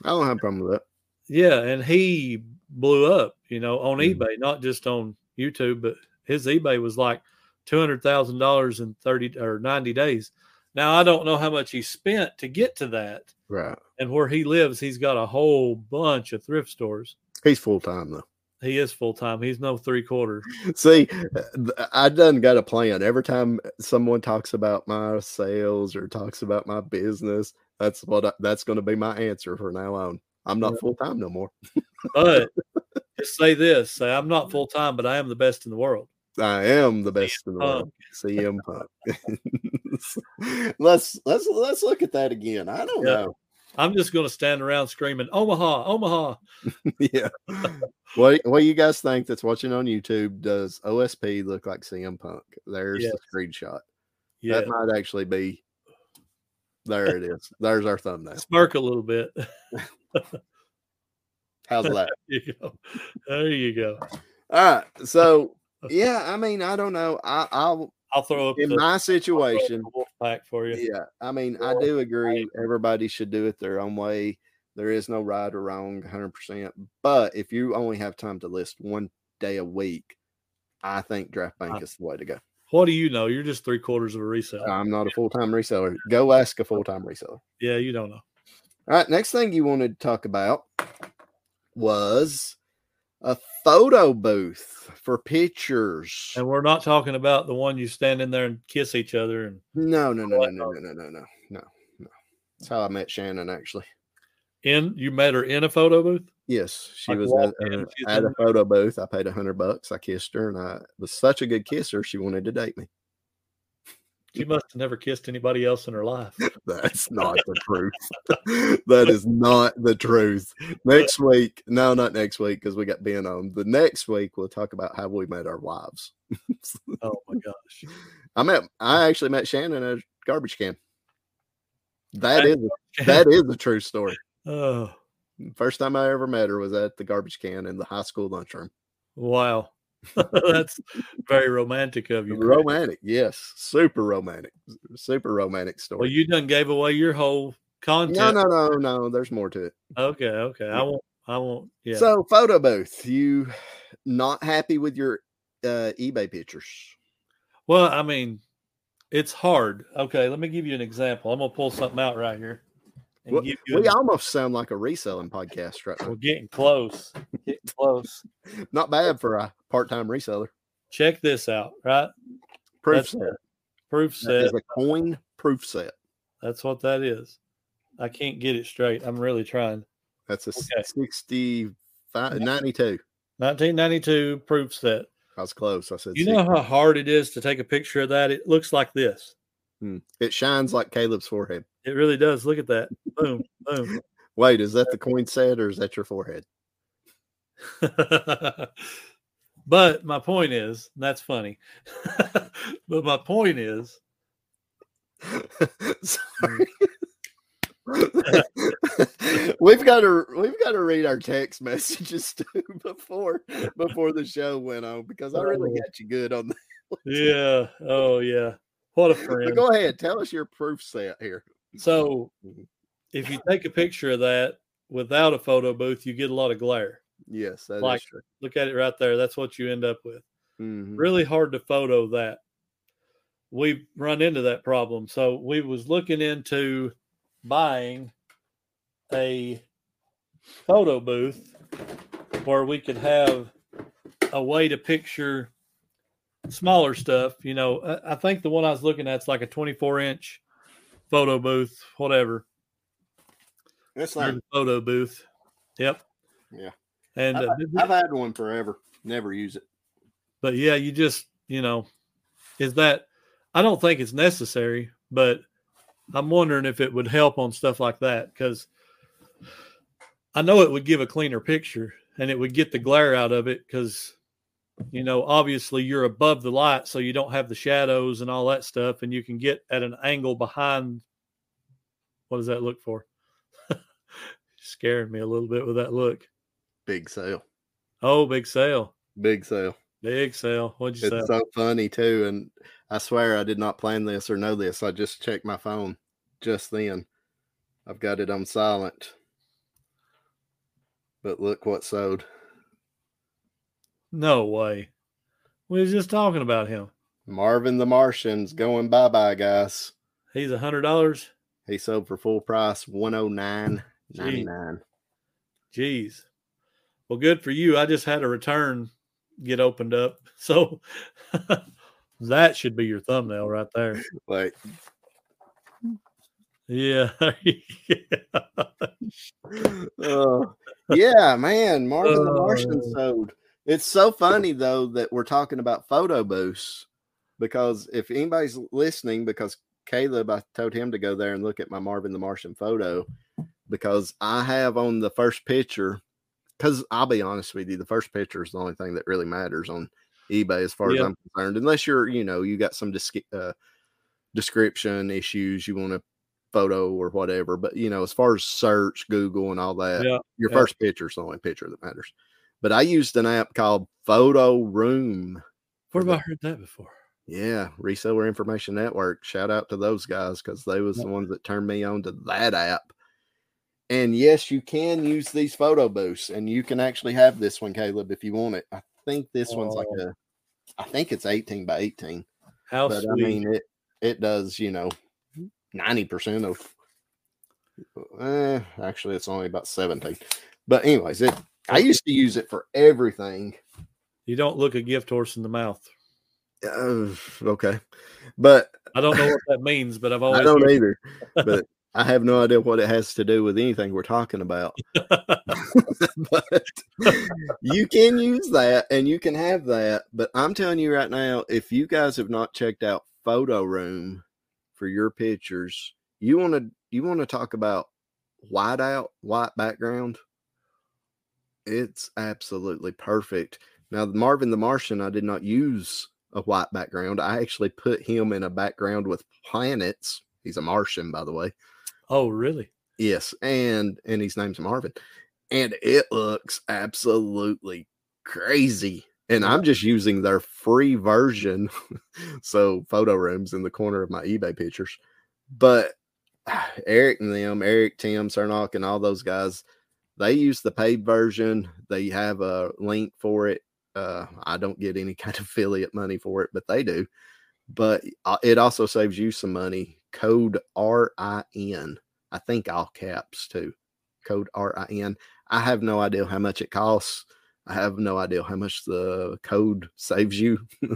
A: I don't have a problem with that.
B: yeah and he blew up you know on
A: Mhm.
B: ebay not just on youtube but his ebay was like $200000 in 30 or 90 days now i don't know how much he spent to get to that
A: Right.
B: and where he lives he's got a whole bunch of thrift stores
A: He's full time though.
B: he is full time. He's no three quarter.
A: See, uh, th- I done got a plan. Every time someone talks about my sales or talks about my business, that's what I, that's going to be my answer from now on. I'm not
B: Yeah.
A: full time no more.
B: But just say this: say I'm not full time, but I am the best in the world.
A: I am the best in the world. CM Punk. *laughs* let's let's let's look at that again. I don't
B: Yeah.
A: know.
B: I'm just going to stand around screaming Omaha, Omaha.
A: *laughs* yeah. What what do you guys think that's watching on YouTube? Does OSP look like CM Punk? There's
B: Yes.
A: the screenshot.
B: Yeah,
A: That might actually be there it
B: *laughs*
A: is. There's our thumbnail.
B: smirk a little bit. *laughs*
A: How's that?
B: You go. There you go.
A: All right.
B: *laughs*
A: So yeah, I mean, I don't know. I I'll
B: I'll throw up
A: in
B: the
A: my
B: I'll throw up
A: situation,
B: the wolf pack for you.
A: yeah. I mean, I do agree everybody should do it their own way. There is no right or wrong 100%. But if you only have time to list one day a week, I think draft
B: Uh
A: bank is the way to go.
B: What do you know? You're just three quarters of a resale.
A: I'm not a full time reseller. Go ask a full time reseller.
B: yeah, you don't know.
A: All right. Next thing you wanted to talk about was a photo booth for pictures.
B: And we're not talking about the one you stand in there and kiss each other. And
A: No, no, no, no, no, no, no, no, no, no. That's how I met Shannon, actually.
B: in you met her in a photo booth?
A: Yes, she
B: Like
A: was
B: walk
A: at,
B: in,
A: uh,
B: she's
A: at
B: in
A: a photo booth. I paid a hundred bucks. I kissed her, and I was such a good kisser. She wanted to date me.
B: She must have never kissed anybody else in
A: *laughs*
B: her life.
A: That's not the truth. *laughs* that is not the truth. Next week, no, not next week because we got Ben on. The next week we'll talk about how we met our wives.
B: Oh my gosh.
A: I met, I actually met Shannon at a garbage can. That is
B: *laughs*
A: that is a true story.
B: oh
A: First time I ever met her was at the garbage can in the high school lunchroom.
B: wow. *laughs* That's very romantic of you. Craig.
A: Romantic, yes, super romantic, super romantic
B: Well,
A: story.
B: you done gave away your whole content.
A: No, no, no, no. There's more to it.
B: Okay, okay.
A: Yeah.
B: I won't I won't yeah.
A: So photo booth, you not happy with your uh, eBay pictures?
B: Well, I mean, it's hard. Okay, let me give you an example. I'm gonna pull something out right here. And
A: Well,
B: give you
A: We
B: an-
A: almost sound like a reselling podcast, right?
B: we're
A: now.
B: getting close. Getting close.
A: Not bad for a part-time reseller.
B: Check this out, right?
A: Proof
B: That's
A: set
B: it. Proof
A: That
B: set.
A: is a coin proof set.
B: That's what that is. I can't get it straight. I'm really trying.
A: That's a
B: Okay.
A: 65, 92.
B: 1992 proof set.
A: I was close. I said,
B: You
A: 60.
B: know how hard it is to take a picture of that? It looks like this.
A: it shines like Caleb's forehead.
B: It really does. Look at that. Boom, boom. *laughs*
A: Wait, is that the coin set or is that your forehead?
B: but my point is, and that's funny. *laughs* but my point is,
A: *laughs*
B: Mm.
A: Sorry. *laughs* we've got to we've got to read our text messages *laughs* too before before the show went on because I
B: Oh.
A: really got you good on
B: yeah, oh yeah, what a
A: that.
B: friend.
A: Go ahead, tell us your proof set here.
B: So, if you take a picture of that without a photo booth, you get a lot of glare.
A: Yes, that is
B: Like-
A: true.
B: Look at it right there. That's what you end up with.
A: Mhm.
B: Really hard to photo that. We've run into that problem. So we was looking into buying a photo booth where we could have a way to picture smaller stuff. You know, I, I think the one I was looking at is like a 24 inch photo booth, whatever.
A: That's like
B: There's a photo booth. Yep.
A: Yeah.
B: And uh, th-
A: I've had one forever. Never use it.
B: but yeah, you just you know, is that I don't think it's necessary, but I'm wondering if it would help on stuff like that because I know it would give a cleaner picture and it would get the glare out of it because you know obviously you're above the light so you don't have the shadows and all that stuff and you can get at an angle behind what does that look for *laughs* scaring me a little bit with that look
A: Big sale.
B: oh big sale
A: Big sale.
B: big sale what'd you say
A: It's so funny too, and I swear I did not plan this or know this. I just checked my phone just then. I've got it on silent. But look what sold.
B: No way. We was just talking about him.
A: Marvin the Martian's going bye bye, guys.
B: He's a hundred dollars.
A: He sold for full price one oh nine ninety nine.
B: Jeez. Well, good for you. I just had a return get opened up. *laughs* So that should be your thumbnail right there.
A: Like
B: Yeah. *laughs*
A: Uh, yeah, man, Marvin the Martian
B: Oh.
A: sold. It's so funny though that we're talking about photo booths because if anybody's listening, because Caleb, I told him to go there and look at my Marvin the Martian photo because I have on the first picture. Because I'll be honest with you, the first picture is the only thing that really matters on eBay as far
B: Yeah.
A: as I'm concerned. Unless you're, you know, you got some dis- uh, description issues you want to photo or whatever. But you know, as far as search, Google, and all that,
B: Yeah,
A: your
B: yeah.
A: first picture is the only picture that matters. But I used an app called Photo Room.
B: Where have I heard that before?
A: Yeah, Reseller Information Network. Shout out to those guys because they was the ones that turned me on to that app. And yes, you can use these photo booths, and you can actually have this one, Caleb, if you want it. I think this one's like a, I think it's eighteen by eighteen
B: How
A: but
B: Oh, sweet.
A: I mean, it it does, you know, ninety percent of. Eh, actually, it's only about seventeen. But anyways, it I used to use it for everything.
B: you don't look a gift horse in the mouth.
A: Uh, okay, but
B: I don't know what that means, but I've
A: I
B: always *laughs*
A: don't either. But I have no idea what it has to do with anything we're talking
B: *laughs*
A: about. *laughs* but you can use that and you can have that. But I'm telling you right now, if you guys have not checked out Photo Room for your pictures, you want to you want to talk about white out, white background. It's absolutely perfect. Now, Marvin the Martian, I did not use a white background. I actually put him in a background with planets. He's a Martian, by the way.
B: Oh, really?
A: Yes, and and his name's Marvin, and it looks absolutely crazy. And I'm just using their free version, *laughs* so photo rooms in the corner of my eBay pictures. But *sighs* Eric and them, Eric, Tim, Cernock, and all those guys, they use the paid version. They have a link for it. Uh, I don't get any *laughs* kind of affiliate money for it, but they do. But uh, it also saves you some money code RIN. I think all caps too. Code RIN. I have no idea how much it costs. I have no idea how much the code saves you, *laughs*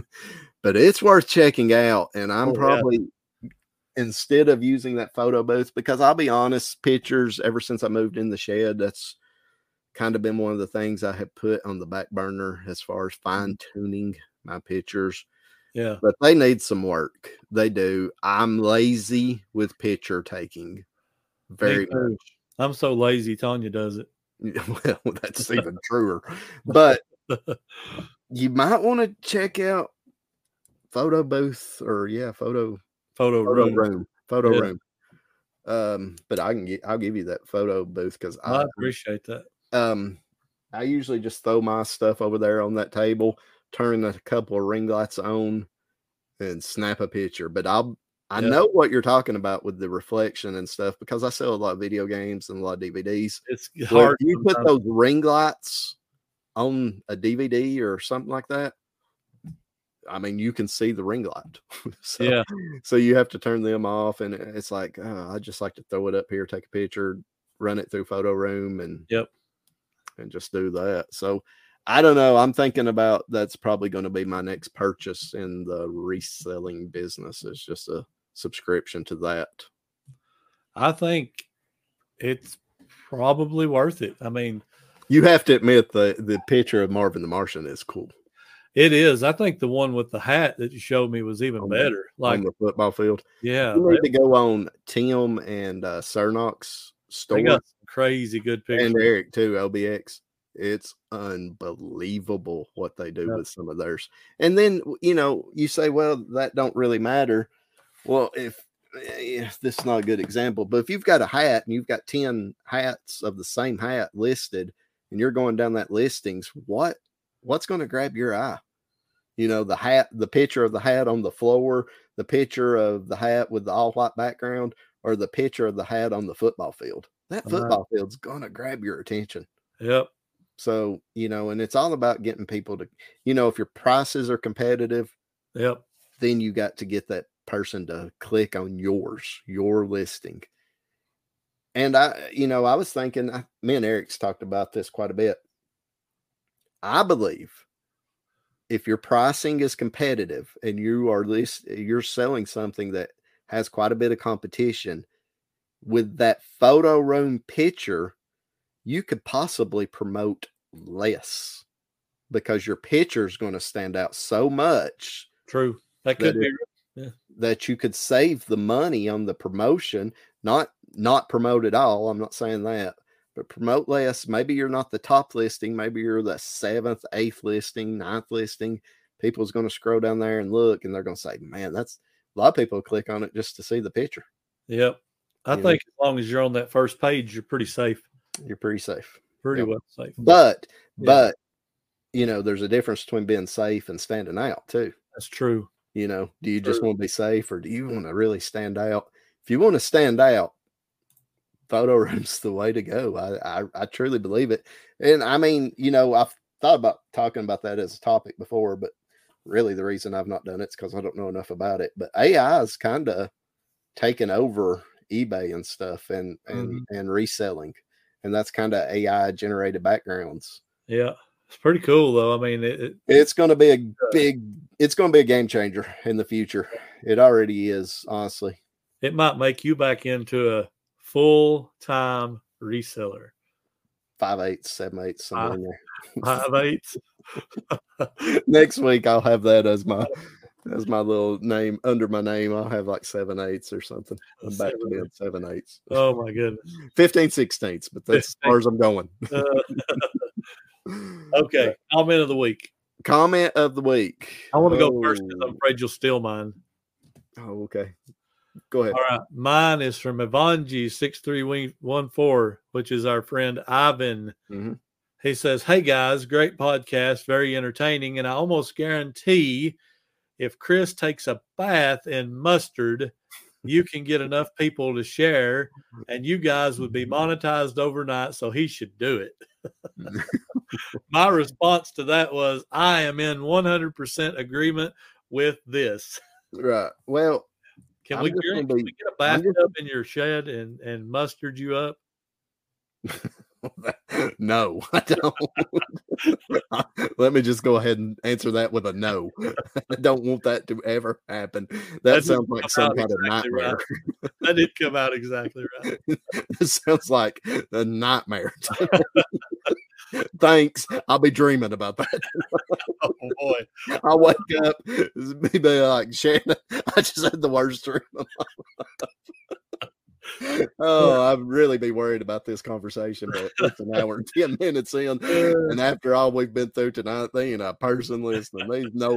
A: but it's worth checking out. And I'm oh, probably yeah. instead of using that photo booth, because I'll be honest, pictures ever since I moved in the shed, that's kind of been one of the things I have put on the back burner as far as fine tuning my pictures.
B: Yeah.
A: But they need some work. They do. I'm lazy with picture taking. Very much.
B: I'm so lazy. Tanya does it.
A: *laughs* well, that's even truer. But you might want to check out photo booth or yeah, photo photo
B: photo, room.
A: room. Photo yeah. room. Um, but I can get I'll give you that photo booth because
B: I, I appreciate that.
A: Um I usually just throw my stuff over there on that table turn a couple of ring lights on and snap a picture. But I'll I yeah. know what you're talking about with the reflection and stuff because I sell a lot of video games and a lot of DVDs.
B: It's hard.
A: you put those ring lights on a DVD or something like that. I mean, you can see the ring light. *laughs* so,
B: yeah.
A: So you have to turn them off, and it's like oh, I just like to throw it up here, take a picture, run it through Photo Room, and
B: yep,
A: and just do that. So I don't know. I'm thinking about that's probably going to be my next purchase in the reselling business. It's just a subscription to that.
B: I think it's probably worth it. I mean,
A: you have to admit the the picture of Marvin the Martian is cool.
B: It is. I think the one with the hat that you showed me was
A: Oh,
B: even better.
A: The, like the football field.
B: Yeah.
A: You need to go on Tim and uh, Cernox store. They got
B: crazy good pictures.
A: And Eric too. LBX it's unbelievable what they do yeah. with some of theirs and then you know you say well that don't really matter well if, if this is not a good example but if you've got a hat and you've got 10 hats of the same hat listed and you're going down that listings what what's going to grab your eye you know the hat the picture of the hat on the floor the picture of the hat with the all white background or the picture of the hat on the football field that football right. field's going to grab your attention
B: yep
A: so, you know, and it's all about getting people to, you know, if your prices are competitive,
B: yep,
A: then you got to get that person to click on yours, your listing. And I, you know, I was thinking, I, me and Eric's talked about this quite a bit. I believe if your pricing is competitive and you are list, you're selling something that has quite a bit of competition with that photo room picture you could possibly promote less because your picture is going to stand out so much.
B: True. That could
A: that
B: be yeah.
A: that you could save the money on the promotion, not not promote at all. I'm not saying that, but promote less. Maybe you're not the top listing, maybe you're the seventh, eighth listing, ninth listing. People's going to scroll down there and look and they're going to say, Man, that's a lot of people click on it just to see the picture.
B: Yep. I you think know? as long as you're on that first page, you're pretty safe
A: you're pretty safe.
B: Pretty yeah. well safe.
A: But yeah. but you know, there's a difference between being safe and standing out too.
B: That's true.
A: You know, do you true. just want to be safe or do you want to really stand out? If you want to stand out, photo *laughs* room's the way to go. I, I I truly believe it. And I mean, you know, I've thought about talking about that as a topic before, but really the reason I've not done it's because I don't know enough about it. But AI is kind of taking over eBay and stuff and and mm-hmm. and reselling and that's kind of AI generated backgrounds.
B: Yeah, it's pretty cool though. I mean, it, it,
A: it's going to be a big, it's going to be a game changer in the future. It already is, honestly.
B: It might make you back into a full time
A: *laughs*
B: reseller.
A: Five eights, seven eights, somewhere in there.
B: Five eights.
A: Next week I'll have that as my as my little name under my name. I'll have like seven eights or something. I'm back to being seven eights.
B: Oh my
A: *laughs*
B: goodness.
A: Fifteen sixteenths, but that's as far as I'm going.
B: Uh, okay. Comment of the week.
A: *laughs* Comment of the week.
B: I want to go first because I'm afraid you'll steal mine.
A: Oh, okay. Go ahead.
B: All right. Mine is from Ivanji63114, which is our friend Ivan.
A: Mhm.
B: He says, Hey guys, great podcast, very entertaining. And I almost guarantee if Chris takes a bath in mustard, you can get enough people to share, and you guys would be monetized overnight. So he should do it. My response to that was, I am in 100% agreement with this.
A: Right. Well,
B: Can
A: I'm
B: we,
A: just
B: get,
A: gonna
B: can
A: be-
B: we get a
A: I'm just-
B: bathtub in your shed and, and mustard you up?
A: *laughs* no, I don't. Let me just go ahead and answer that with a no. *laughs* I don't want that to ever happen. That,
B: That
A: sounds
B: doesn't
A: like
B: come
A: some
B: out
A: kind of
B: exactly right.
A: nightmare. *laughs*
B: *laughs* That did come out exactly right.
A: It sounds like a nightmare. *laughs* Thanks. I'll be dreaming about that.
B: Oh boy.
A: I wake up, *laughs* it's me being like Shannon. *laughs* I just had the worst dream. Of my life. *laughs* oh, I'd really be worried about this conversation, but it's an hour and ten minutes in, and after all we've been through tonight, they ain't a person listening. There's no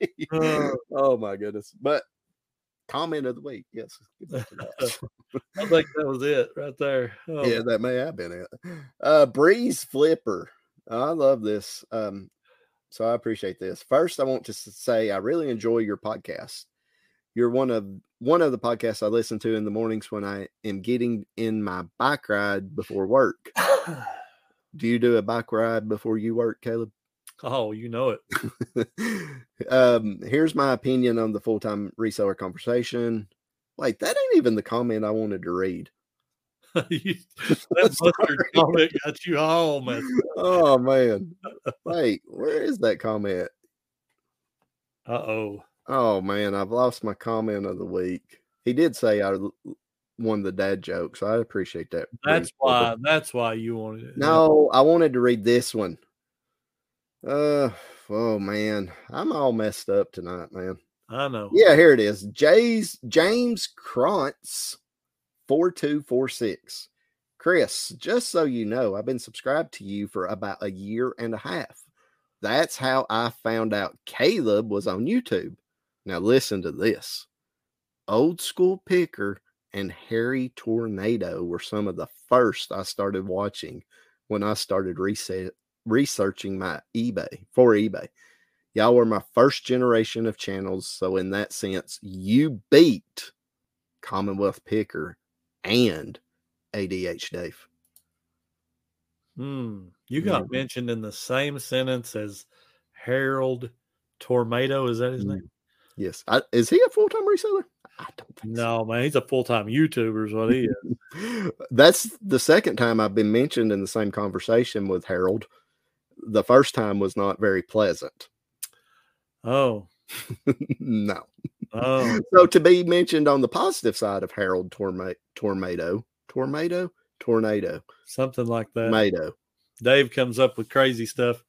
A: way.
B: Oh.
A: *laughs* oh my goodness! But comment of the week, yes. give that to that.
B: I think that was it right there. Oh,
A: yeah, that may have been it. Uh, Breeze Flipper. I love this. Um, so I appreciate this. First, I want to s- say I really enjoy your podcast. You're one of one of the podcasts I listen to in the mornings when I am getting in my bike ride before work. Do you do a bike ride before you work, Caleb?
B: *coughs*
A: *laughs*
B: oh, you know it. *laughs*
A: um, here's my opinion on the full time reseller conversation. Wait, that ain't even the comment I wanted to read. *laughs*
B: You- that mustard
A: Sorry.
B: comment got you all messed.
A: Oh man. Wait, where is that comment?
B: Uh oh.
A: Oh man, I've lost my comment of the week. He did say I l- won the dad joke, so I appreciate that. pretty
B: That's why.
A: much.
B: That's why you wanted it.
A: No, I wanted to read this one. Uh oh man, I'm all messed up tonight, man.
B: I know.
A: Yeah, here it is. Jay's James Krantz 4246. Chris, just so you know, I've been subscribed to you for about a year and a half. That's how I found out Caleb was on YouTube. Now listen to this. Old School Picker and Harry Tornado were some of the first I started watching when I started reset, researching my eBay for eBay y'all were my first generation of channels. So in that sense, you beat Commonwealth Picker and ADH Dave.
B: Hmm. You got
A: Mhm.
B: mentioned in the same sentence as Harold Tornado. Is that his
A: Mm.
B: name?
A: Yes, I, is he a full time reseller? I don't think so.
B: No, man, he's a full time YouTuber, is what he is.
A: That's the second time I've been mentioned in the same conversation with Harold. The first time was not very pleasant. *laughs*
B: Oh,
A: no.
B: oh,
A: So to be mentioned on the positive side of Harold Torma- Tornado, Tornado, Tornado,
B: something like that.
A: Tornado.
B: Dave comes up with crazy stuff.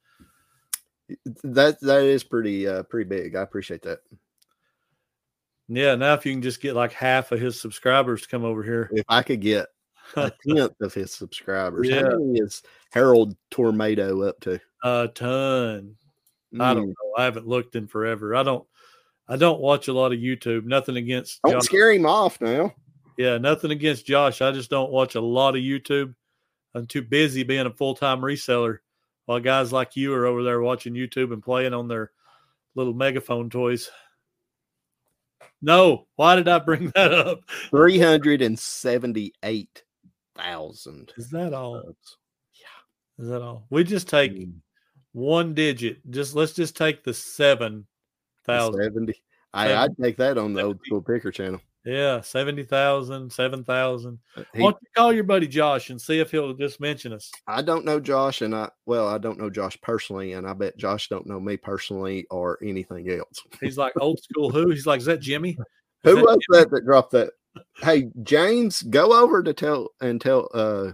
A: that that is pretty uh pretty big i appreciate that
B: Yeah, now if you can just get like half of his subscribers to come over here.
A: if i could get
B: *laughs*
A: a tenth of his subscribers
B: Yeah.
A: how many is harold tornado up to
B: a ton. I don't
A: Mm.
B: know. I haven't looked in forever. I don't I don't watch a lot of YouTube. Nothing against
A: don't
B: Josh.
A: scare him off now
B: Yeah, nothing against Josh. I just don't watch a lot of YouTube. I'm too busy being a full-time reseller while guys like you are over there watching YouTube and playing on their little megaphone toys. No, why did I bring that up?
A: 378000
B: Is that all?
A: subs.
B: Is that all? We just take
A: Mm,
B: one digit. Just let's just take the seven thousand.
A: 70 I, i'd take that on the old
B: Seventy.
A: school picker channel
B: Yeah, 70,000, 7,000.
A: He-
B: Why don't you call your buddy Josh and see if he'll just mention us?
A: i don't know josh and i well i don't know josh personally and i bet josh don't know me personally or anything else *laughs*
B: He's like old school who? He's like, is that Jimmy? Is
A: who
B: that
A: was
B: Jimmy?
A: that that dropped that hey, James, go over to tell and tell uh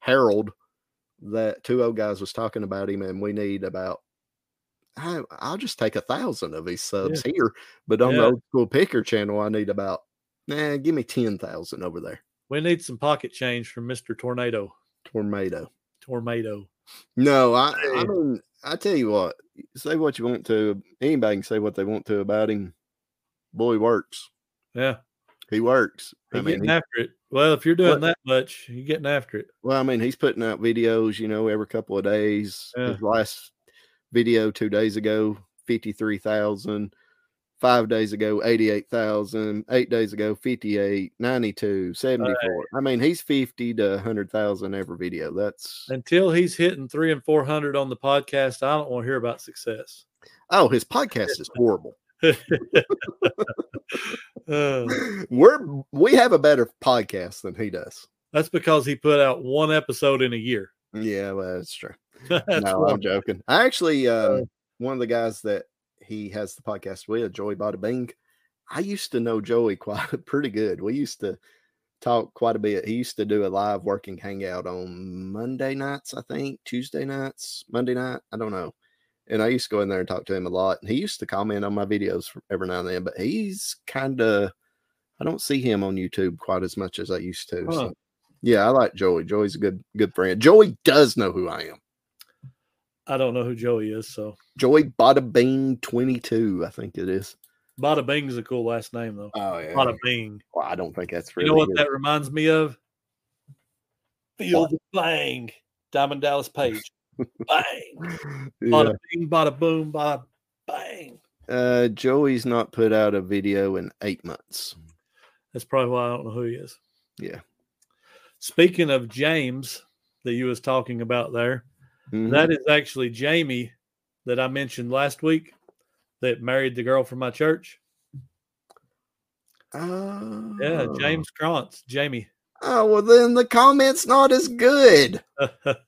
A: Harold that two old guys was talking about him, and we need about. I, I'll just take a thousand of these subs here, but on the
B: Yeah.
A: old school picker channel, I need about nah, give me ten thousand over there.
B: We need some pocket change from Mister Tornado.
A: Tornado.
B: Tornado.
A: No, I, I
B: Yeah.
A: mean, I tell you what, say what you want to. Anybody can say what they want to about him. Boy works.
B: Yeah,
A: He works.
B: you
A: I mean,
B: getting
A: he-
B: after it. Well, if you're
A: What-
B: doing that much, you're getting after it.
A: well, I mean, he's putting out videos, you know, every couple of days.
B: Yeah.
A: His last video two days ago, 53,000. Five days ago, 88,000. Eight days ago, 58, 92, 74. I mean, he's 50 to 100,000 every video. That's,
B: Until he's hitting three and four hundred on the podcast, I don't want to hear
A: *laughs*
B: about success.
A: oh, his podcast is horrible. *laughs*
B: Uh,
A: We're we have a better podcast than he does.
B: that's because he put out one episode in a year. *laughs*
A: Yeah, well, that's true.
B: that's Uh,
A: no,
B: why.
A: I'm joking. I actually, um, one of the guys that he has the podcast with, Joey Bada Bing, I used to know Joey *laughs* quite pretty good. We used to talk quite a bit. He used to do a live working hangout on Monday nights, I think, Tuesday nights, Monday night. I don't know. And I used to go in there and talk to him a lot. And he used to comment on my videos from every now and then, but he's kind of, I don't see him on YouTube quite as much as I used to.
B: Huh.
A: So. Yeah, I like Joey. Joey's a good good friend. Joey does know who I am.
B: I don't know who Joey is, so
A: Joy Bada Bing 22, I think it is.
B: Bada Bing's a cool last name though.
A: Oh, yeah.
B: Bada Bing.
A: Well, I don't think that's
B: You
A: really
B: know what
A: it.
B: that reminds me of? Feel the bang. Diamond
A: *laughs*
B: Dallas Page. bang. Bada
A: Yeah.
B: bing, bada boom, bada bang.
A: Uh, Joey's not put out a video in eight months.
B: That's probably why I don't know who he is.
A: Yeah.
B: Speaking of James that you was talking about there,
A: Mhm.
B: that is actually Jamie that I mentioned last week that married the girl from my church. Yeah,
A: Oh.
B: James Krantz, Jamie. *laughs*
A: Oh, well, then the comment's not as good.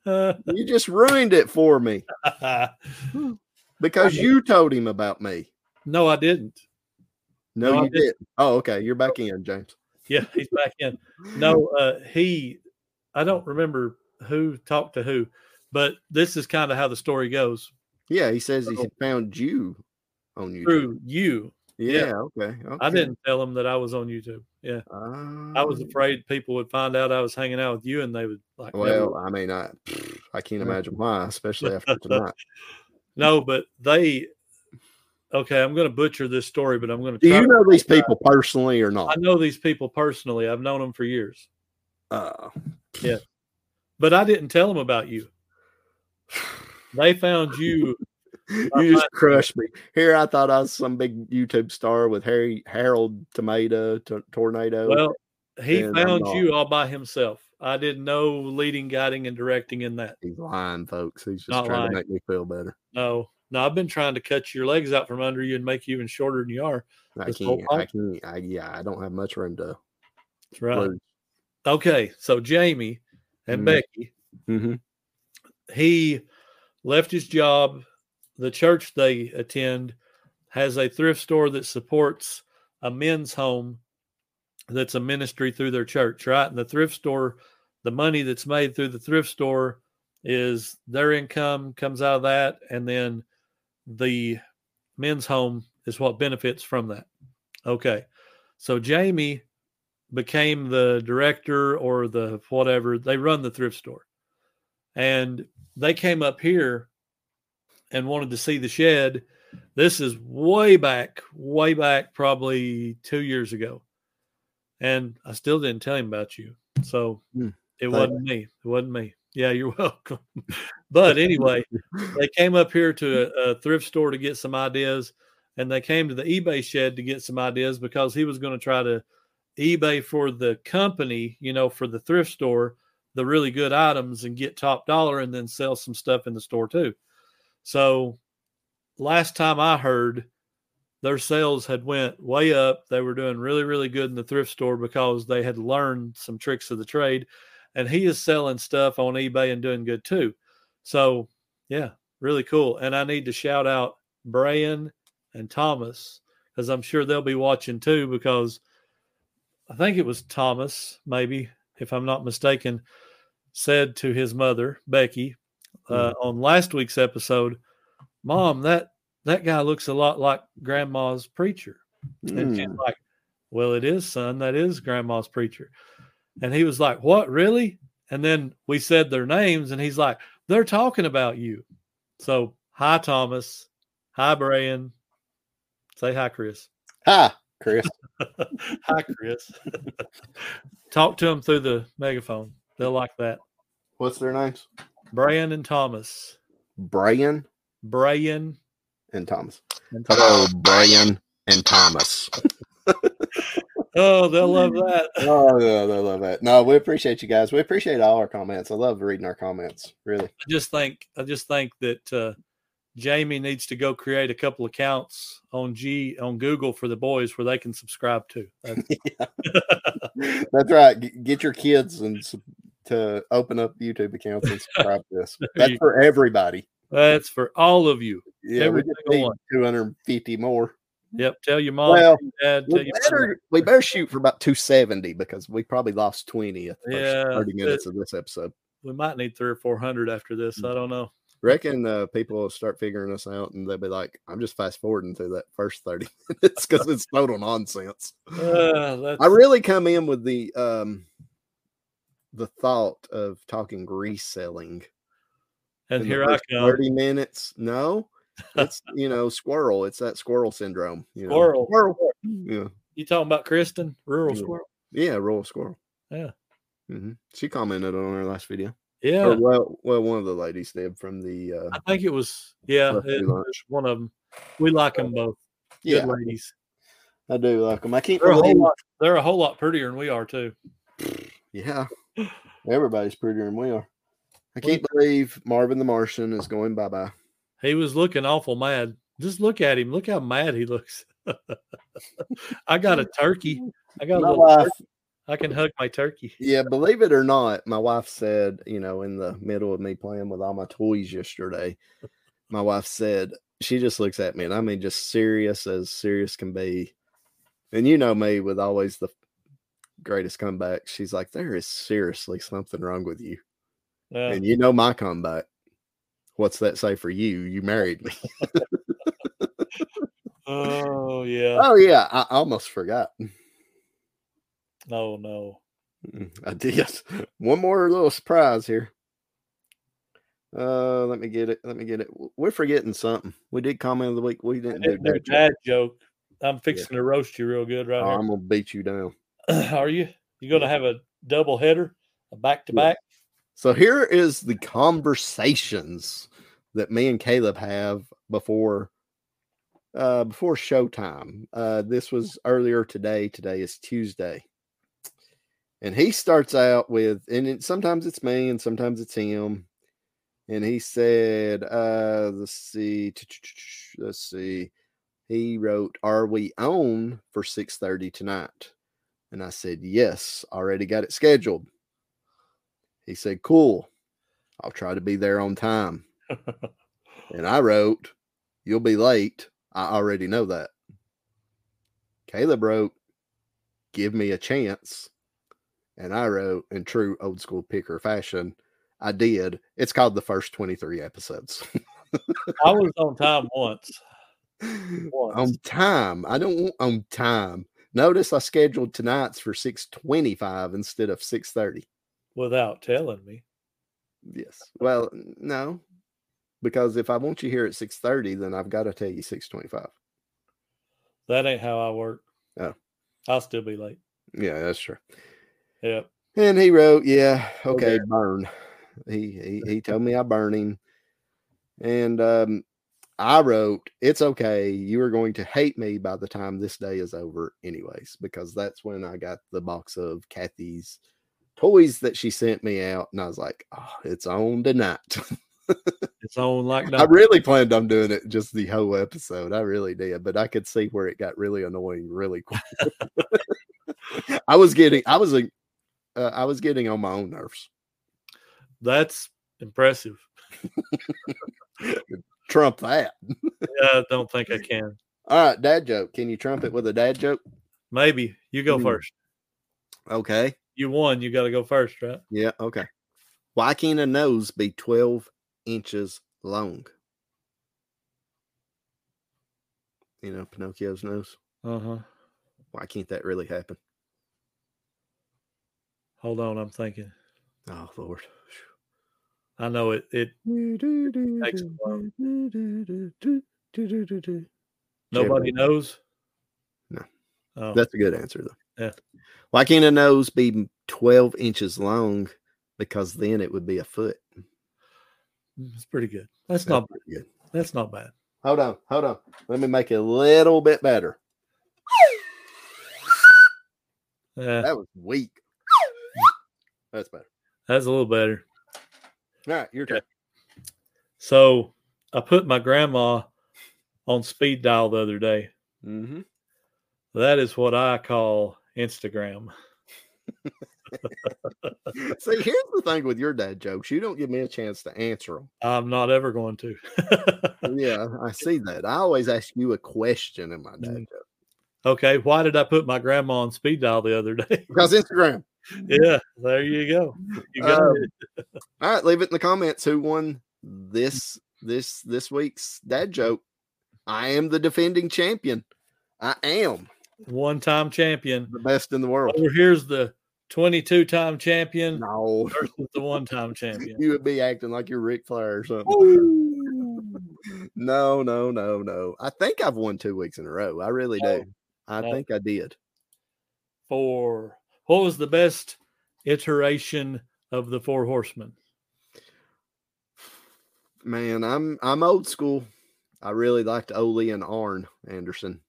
A: You just ruined it for me because you told him about me.
B: no, I didn't.
A: No,
B: No, I
A: you
B: didn't.
A: didn't. Oh, okay. You're back in, James.
B: Yeah, *laughs* he's back in. No, uh, he, I don't remember who talked to who, but this is kind of how the story goes
A: Yeah, he says he
B: Oh.
A: found you on YouTube.
B: through you.
A: Yeah,
B: yeah.
A: Okay, okay.
B: I didn't tell him that I was on YouTube. Yeah, I was
A: Oh.
B: afraid people would find out I was hanging out with you, and they would like.
A: Well, I mean, I I can't
B: *laughs* Yeah.
A: imagine why, especially after tonight.
B: no, but they. Okay, I'm going to butcher this story, but I'm going to.
A: Do you know these people personally or
B: I
A: not?
B: know these people personally. I've known them for years,
A: Uh,
B: but I didn't tell them about you.
A: *sighs*
B: They found you.
A: you just crushed me. Here, I thought I was some big YouTube star with Harry Harold Tomato to, Tornado.
B: Well, he
A: and I'm
B: found
A: not.
B: you all by himself. I did no leading, guiding, and directing in that.
A: he's lying, folks. He's just
B: Not
A: trying
B: lying.
A: to make me feel better.
B: No, no, I've been trying to cut your legs out from under you and make you even shorter than you are.
A: I
B: This whole
A: can't. I can't. I, yeah, I don't have much room to.
B: That's right. Okay, so Jamie and
A: Mm.
B: Becky,
A: Mm-hmm.
B: he left his job. The church they attend has a thrift store that supports a men's home that's a ministry through their church, right? And the thrift store, the money that's made through the thrift store is their income comes out of that. And then the men's home is what benefits from that. Okay. So Jamie became the director or the whatever. They run the thrift store. And they came up here and wanted to see the shed. This is way back, way back, probably two years ago. And I still didn't tell him about you. So
A: Hmm.
B: it
A: Thank
B: wasn't me. It wasn't me. Yeah, you're *laughs* welcome. but anyway, they came up here to a, a thrift store to get some ideas and they came to the ebay shed to get some ideas because he was going to try to ebay for the company you know for the thrift store the really good items and get top dollar and then sell some stuff in the store too so last time i heard their sales had went way up they were doing really really good in the thrift store because they had learned some tricks of the trade and he is selling stuff on ebay and doing good too so yeah, really cool. And I need to shout out Brian and Thomas because I'm sure they'll be watching too because I think it was Thomas, maybe, if I'm not mistaken, said to his mother, Becky, uh, on last week's episode, Mom, that, that guy looks a lot like grandma's preacher. And she's
A: Mm.
B: like, Well, it is, son. That is grandma's preacher. And he was like, What, really? And then we said their names, and he's like, They're talking about you. So, hi, Thomas. Hi, Brian. Say hi, Chris.
A: Ha, Chris.
B: hi, Chris. Talk to them through the megaphone. They'll like that.
A: What's their names?
B: Brian and Thomas.
A: Brian
B: Brian
A: and Thomas.
B: and Thomas.
A: Hello, Brian and Thomas.
B: Oh, they'll love that.
A: oh, no, no, love that. No, we appreciate you guys. We appreciate all our comments. I love reading our comments. Really.
B: I just think I just think that uh, Jamie needs to go create a couple accounts on G on Google for the boys where they can subscribe to.
A: *laughs*
B: That's-
A: That's right. G- Get your kids and s- to open up YouTube accounts and subscribe to
B: *laughs*
A: us. That's
B: you
A: for everybody.
B: That's for all of you.
A: Yeah,
B: Every
A: we just
B: single
A: need
B: one.
A: 250 more.
B: Yep. Tell your mom,
A: Well,
B: tell your dad, Um, tell
A: We
B: your
A: better, we better shoot for about 270 because we probably lost 20 at the first
B: Yeah,
A: 30
B: but-
A: minutes of this episode.
B: we might need three or four hundred after
A: Hmm.
B: this. I don't know.
A: Reckon uh, people will start figuring us out and they'll be like, I'm just fast forwarding through that first 30 *laughs* minutes because it's total nonsense.
B: Uh, that's,
A: I really come in with the um the thought of talking reselling. in
B: and
A: the
B: here I
A: first
B: come.
A: 30 minutes.
B: *laughs*
A: No, it's you know, squirrel. It's that squirrel syndrome. You know?
B: Squirrel.
A: Squirrel. Yeah.
B: You talking about Kristen? Rural
A: Yeah.
B: squirrel.
A: Yeah, royal squirrel.
B: Yeah.
A: hmm She commented on our last video.
B: Yeah.
A: Or, well, well, one of the ladies did from the uh
B: I think it was yeah,
A: Must be
B: it
A: lunch.
B: was one of them. We like them both.
A: yeah,
B: Good ladies.
A: I do like them. I can't
B: They're a whole
A: believe-
B: lot. They're a whole lot prettier than we are too. *laughs*
A: Yeah. Everybody's prettier than we are. I can't
B: Well-
A: believe Marvin the Martian is going bye bye.
B: He was looking awful mad. Just look at him. Look how mad he looks. *laughs* I got a turkey. I got a
A: My
B: little tur-
A: wife
B: I can hug my turkey.
A: Yeah, believe it or not, my wife said, you know, in the middle of me playing with all my toys yesterday, my wife said, she just looks at me, and I mean, just serious as serious can be. And you know me with always the greatest comeback. She's like, there is seriously something wrong with you.
B: Yeah.
A: And you know my comeback. What's that say for you? You married me.
B: Oh yeah.
A: oh, yeah. I almost forgot.
B: Oh no.
A: Mm, I did. *laughs* One more little surprise here. Uh, let me get it. Let me get it. W- We're forgetting something. We did comment of the week. We didn't do
B: Didn't do a
A: that.
B: dad joke. I'm fixing to roast you real good right
A: Oh, I'm gonna beat you down.
B: here. *clears throat* Are you? You gonna have a double header, a back to *laughs* back?
A: So here is the conversations that me and Caleb have before uh before showtime. Uh this was earlier today. Today is Tuesday. And he starts out with and it, sometimes it's me and sometimes it's him. And he said, uh let's see let's see. He wrote, "Are we on for 6:30 tonight?" And I said, "Yes, already got it scheduled." He said, Cool. I'll try to be there on time. and I wrote, You'll be late. I already know that. Caleb wrote, Give me a chance. And I wrote, in true old school picker fashion, I did. It's called the first 23 episodes. *laughs*
B: I was on time once. Once.
A: on time. I don't want on time. Notice I scheduled tonight's for 625 instead of 630.
B: without telling me.
A: Yes. Well, n- no, because if I want you here at six thirty, then I've got to tell you six twenty-five.
B: That ain't how I work.
A: Oh.
B: I'll still be late.
A: Yeah, that's true.
B: Yeah.
A: And he wrote, "Yeah, okay,
B: there.
A: burn." He, he he told me I burn him, and um, I wrote, "It's okay. You are going to hate me by the time this day is over, anyways, because that's when I got the box of Kathy's toys that she sent me out, and I was like, oh, it's on tonight.'"
B: It's on like
A: I
B: no.
A: really planned on doing it just the whole episode. I really did, but I could see where it got really annoying really quick. *laughs* I was getting, I was, like, uh, I was getting on my own nerves.
B: That's impressive.
A: Trump that.
B: I don't think I can.
A: All right, dad joke. Can you trump it with a dad joke?
B: Maybe you go
A: Hmm.
B: first.
A: Okay.
B: You won. You got to go first, right?
A: Yeah. Okay. Why can't a nose be 12 inches long? You know, Pinocchio's nose.
B: Uh
A: Uh-huh.
B: huh.
A: Why can't that really happen?
B: Hold on. I'm thinking.
A: Oh, Lord.
B: I know it. It takes a while. Nobody knows.
A: No.
B: Oh,
A: That's a good answer, though.
B: Yeah.
A: Why can't a nose be 12 inches long? Because then it would be a foot.
B: it's pretty good. That's
A: That's
B: not.
A: pretty good.
B: That's not bad.
A: Hold on, hold on. Let me make it a little bit better.
B: Yeah,
A: That was weak. That's better.
B: that's a little better.
A: All right, your turn.
B: So I put my grandma on speed dial the other day.
A: Mm-hmm.
B: That is what I call Instagram.
A: Mm-hmm. See, here's the thing with your dad jokes. You don't give me a chance to answer
B: *laughs* I'm not ever going to. *laughs*
A: them. yeah, I see that. I always ask you a question in my dad
B: Mm.
A: joke.
B: okay, why did I put my grandma on speed dial the other day? *laughs*
A: Because Instagram.
B: yeah, there you go. You got
A: Um,
B: it.
A: All right, leave it in the comments who won this this this week's dad joke. I am the defending champion. I am
B: One time champion.
A: the best in the world.
B: Over here's the 22 time
A: *laughs*
B: champion
A: No,
B: versus the one time champion.
A: you would be acting like you're Ric Flair or something. No, no, no, no. I think I've won two weeks in a row. I really do. I
B: no.
A: think I did.
B: Four. What was the best iteration of the Four Horsemen?
A: Man, I'm I'm old school. I really liked Ole and Arn Anderson.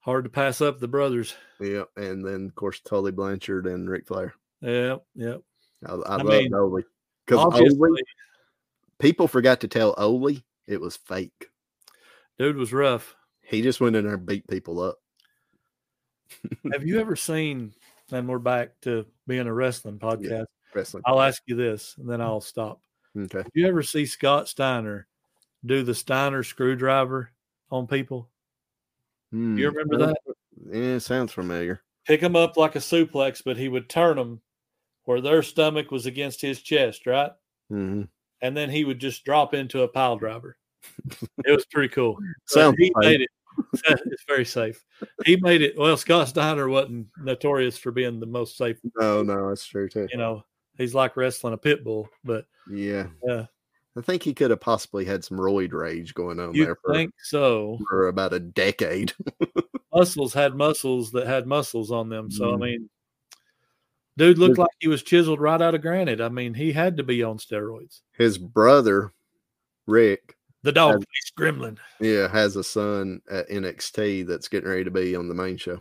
B: Hard to pass up the brothers.
A: Yeah, and then of course Tully Blanchard and Ric Flair.
B: Yep, yep.
A: I, I,
B: I
A: loved
B: mean,
A: Ole because
B: Obviously,
A: people forgot to tell Ole it was fake.
B: dude was rough.
A: He just went in there and beat people up.
B: Have you ever seen? And we're back to being a wrestling podcast.
A: Wrestling.
B: I'll ask you this, and then I'll stop.
A: Okay.
B: Did you ever see Scott Steiner do the Steiner screwdriver on people?
A: Hmm,
B: you remember
A: sounds- Yeah, sounds familiar.
B: Pick them up like a suplex, but he would turn them where their stomach was against his chest, right?
A: hmm
B: And then he would just drop into a pile
A: *laughs*
B: driver. it was pretty cool. But
A: Sounds
B: he
A: safe.
B: made it. *laughs* it's very safe. He made it. Well, Scott Steiner wasn't notorious for being the most safe.
A: No, Oh, no, that's true too.
B: You know, he's like wrestling a pit bull, but
A: Yeah.
B: Yeah.
A: I think he could have possibly had some roid rage going on
B: You
A: there for,
B: think so?
A: for about a decade. *laughs*
B: Muscles had muscles that had muscles on them. So I
A: Mhm.
B: mean, dude looked
A: Listen.
B: like he was chiseled right out of granite. I mean, he had to be on steroids.
A: His brother, Rick,
B: The dog faced gremlin.
A: yeah, has a son at NXT that's getting ready to be on the main show.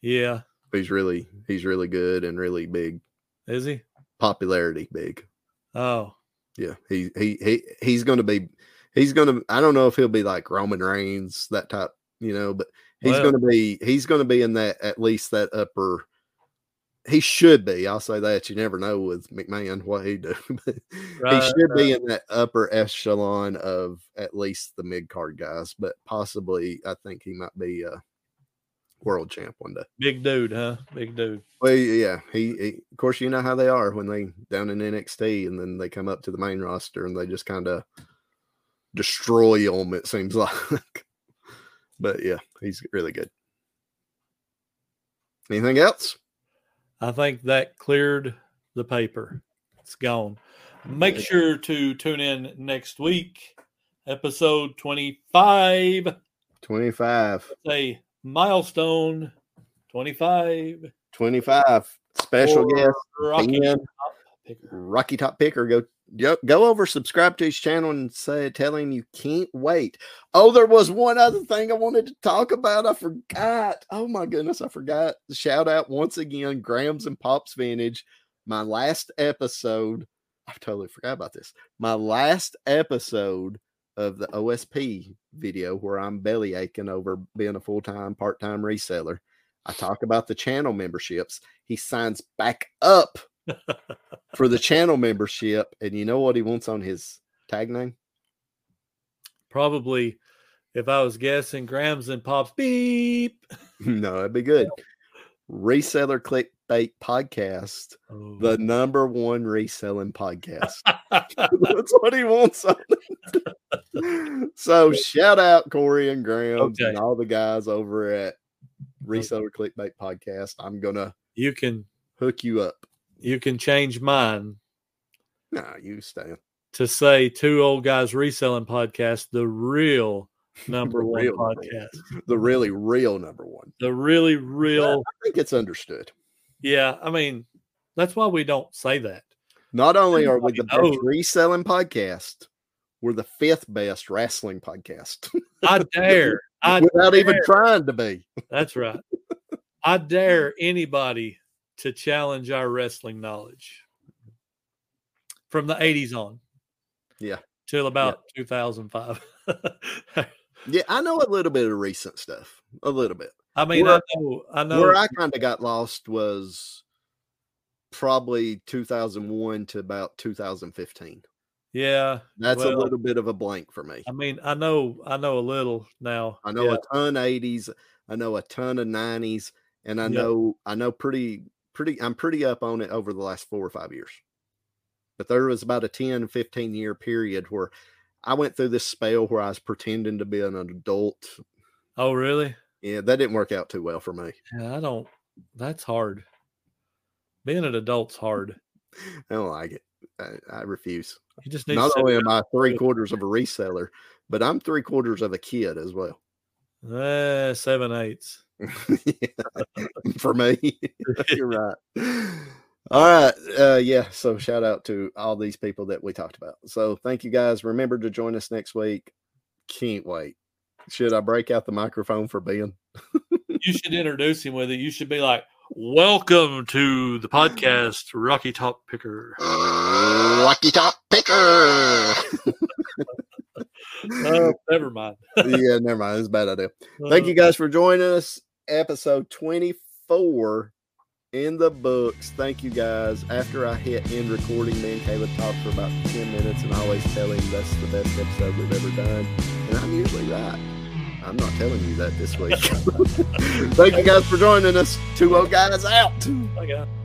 B: Yeah,
A: He's really he's really good and really big
B: is he?
A: popularity big.
B: Oh,
A: Yeah, he he he he's going to be he's going to I don't know if he'll be like Roman Reigns that type, you know, but he's
B: Well.
A: going to be he's going to be in that at least that upper he should be. I'll say that you never know with McMahon what he do. *laughs* but he
B: Right,
A: should be in that upper echelon of at least the mid card guys, but possibly I think he might be a world champ one day.
B: big dude, huh? Big dude.
A: Well, yeah, he, he of course you know how they are when they down in NXT and then they come up to the main roster and they just kind of destroy them. It seems *laughs* like, but yeah, he's really good. Anything else?
B: I think that cleared the paper. It's gone. Make
A: Yeah.
B: sure to tune in next week, episode twenty-five.
A: Twenty-five,
B: It's a milestone. Twenty-five.
A: twenty-five. Special
B: for
A: guest
B: Rocky
A: Ben
B: Picker.
A: Rocky Top Picker. Go yep, go over, subscribe to his channel, and say tell him you can't wait. Oh, there was one other thing I wanted to talk about. I forgot. Oh my goodness, I forgot. Shout out once again, Grams and Pops Vintage. My last episode. I totally forgot about this. My last episode of the OSP video where I'm belly aching over being a full time, part time reseller. I talk about the channel memberships. He signs back up for the channel membership, and you know what he wants on his tag name? *laughs*
B: probably if I was guessing grams and pops beep
A: No, that'd be good. Reseller click fake podcast,
B: Oh.
A: the number one reselling podcast. That's what he wants. on it. *laughs* so shout out Corey and Graham
B: Okay.
A: and all the guys over at Reseller Clickbait Podcast. I'm gonna
B: you can
A: hook you up.
B: you can change mine
A: Nah, you stay.
B: to say two old guys reselling podcast, the real number
A: The
B: one
A: real number one.
B: podcast,
A: The really real number one. *laughs*
B: the really real.
A: I think it's understood.
B: Yeah, I mean that's why we don't say that.
A: Not only are we
B: Everybody
A: the best
B: knows.
A: reselling podcast, we're the fifth best wrestling podcast *laughs*
B: I dare. I
A: without even
B: dare-
A: trying to be.
B: That's right. I dare anybody to challenge our wrestling knowledge from the 80s on.
A: Yeah.
B: Till about *laughs* 2005.
A: Yeah, I know a little bit of recent stuff. A little bit.
B: I mean,
A: Where-
B: I know, I know.
A: Where I kind of got lost was probably 2001 to about 2015.
B: yeah.
A: That's a
B: Well-
A: little bit of a blank for me.
B: I mean, I know, I know a little now.
A: I know
B: Yeah,
A: a ton of 80s, I know a ton of 90s, and I
B: Yeah.
A: know I know pretty pretty I'm pretty up on it over the last 4 or 5 years. But there was about a 10 15 year period where I went through this spell where I was pretending to be an adult.
B: Oh, really?
A: Yeah, that didn't work out too well for me.
B: Yeah, I don't. That's hard. Being an adult's hard.
A: I don't like it. I, I refuse.
B: You just need
A: not
B: to.
A: only am I three quarters of a reseller, but I'm three quarters of a kid as well.
B: Eh, seven eighths.
A: *laughs* For me, you're right. All right. Uh, yeah. So shout out to all these people that we talked about. So thank you guys. Remember to join us next week. Can't wait. Should I break out the microphone for Ben?
B: you should introduce him with it. You should be like, "Welcome to the podcast, Rocky Top Picker."
A: Lucky top picker.
B: Oh, never mind.
A: *laughs* yeah, never mind. It's a bad idea. Thank you guys for joining us. Episode 24 in the books. Thank you guys. After I hit end recording, me and Caleb talked for about 10 minutes and I always tell him that's the best episode we've ever done. And I'm usually right. I'm not telling *laughs* you that this week. Thank you guys for joining us. Two O guys out.
B: Uh, I got-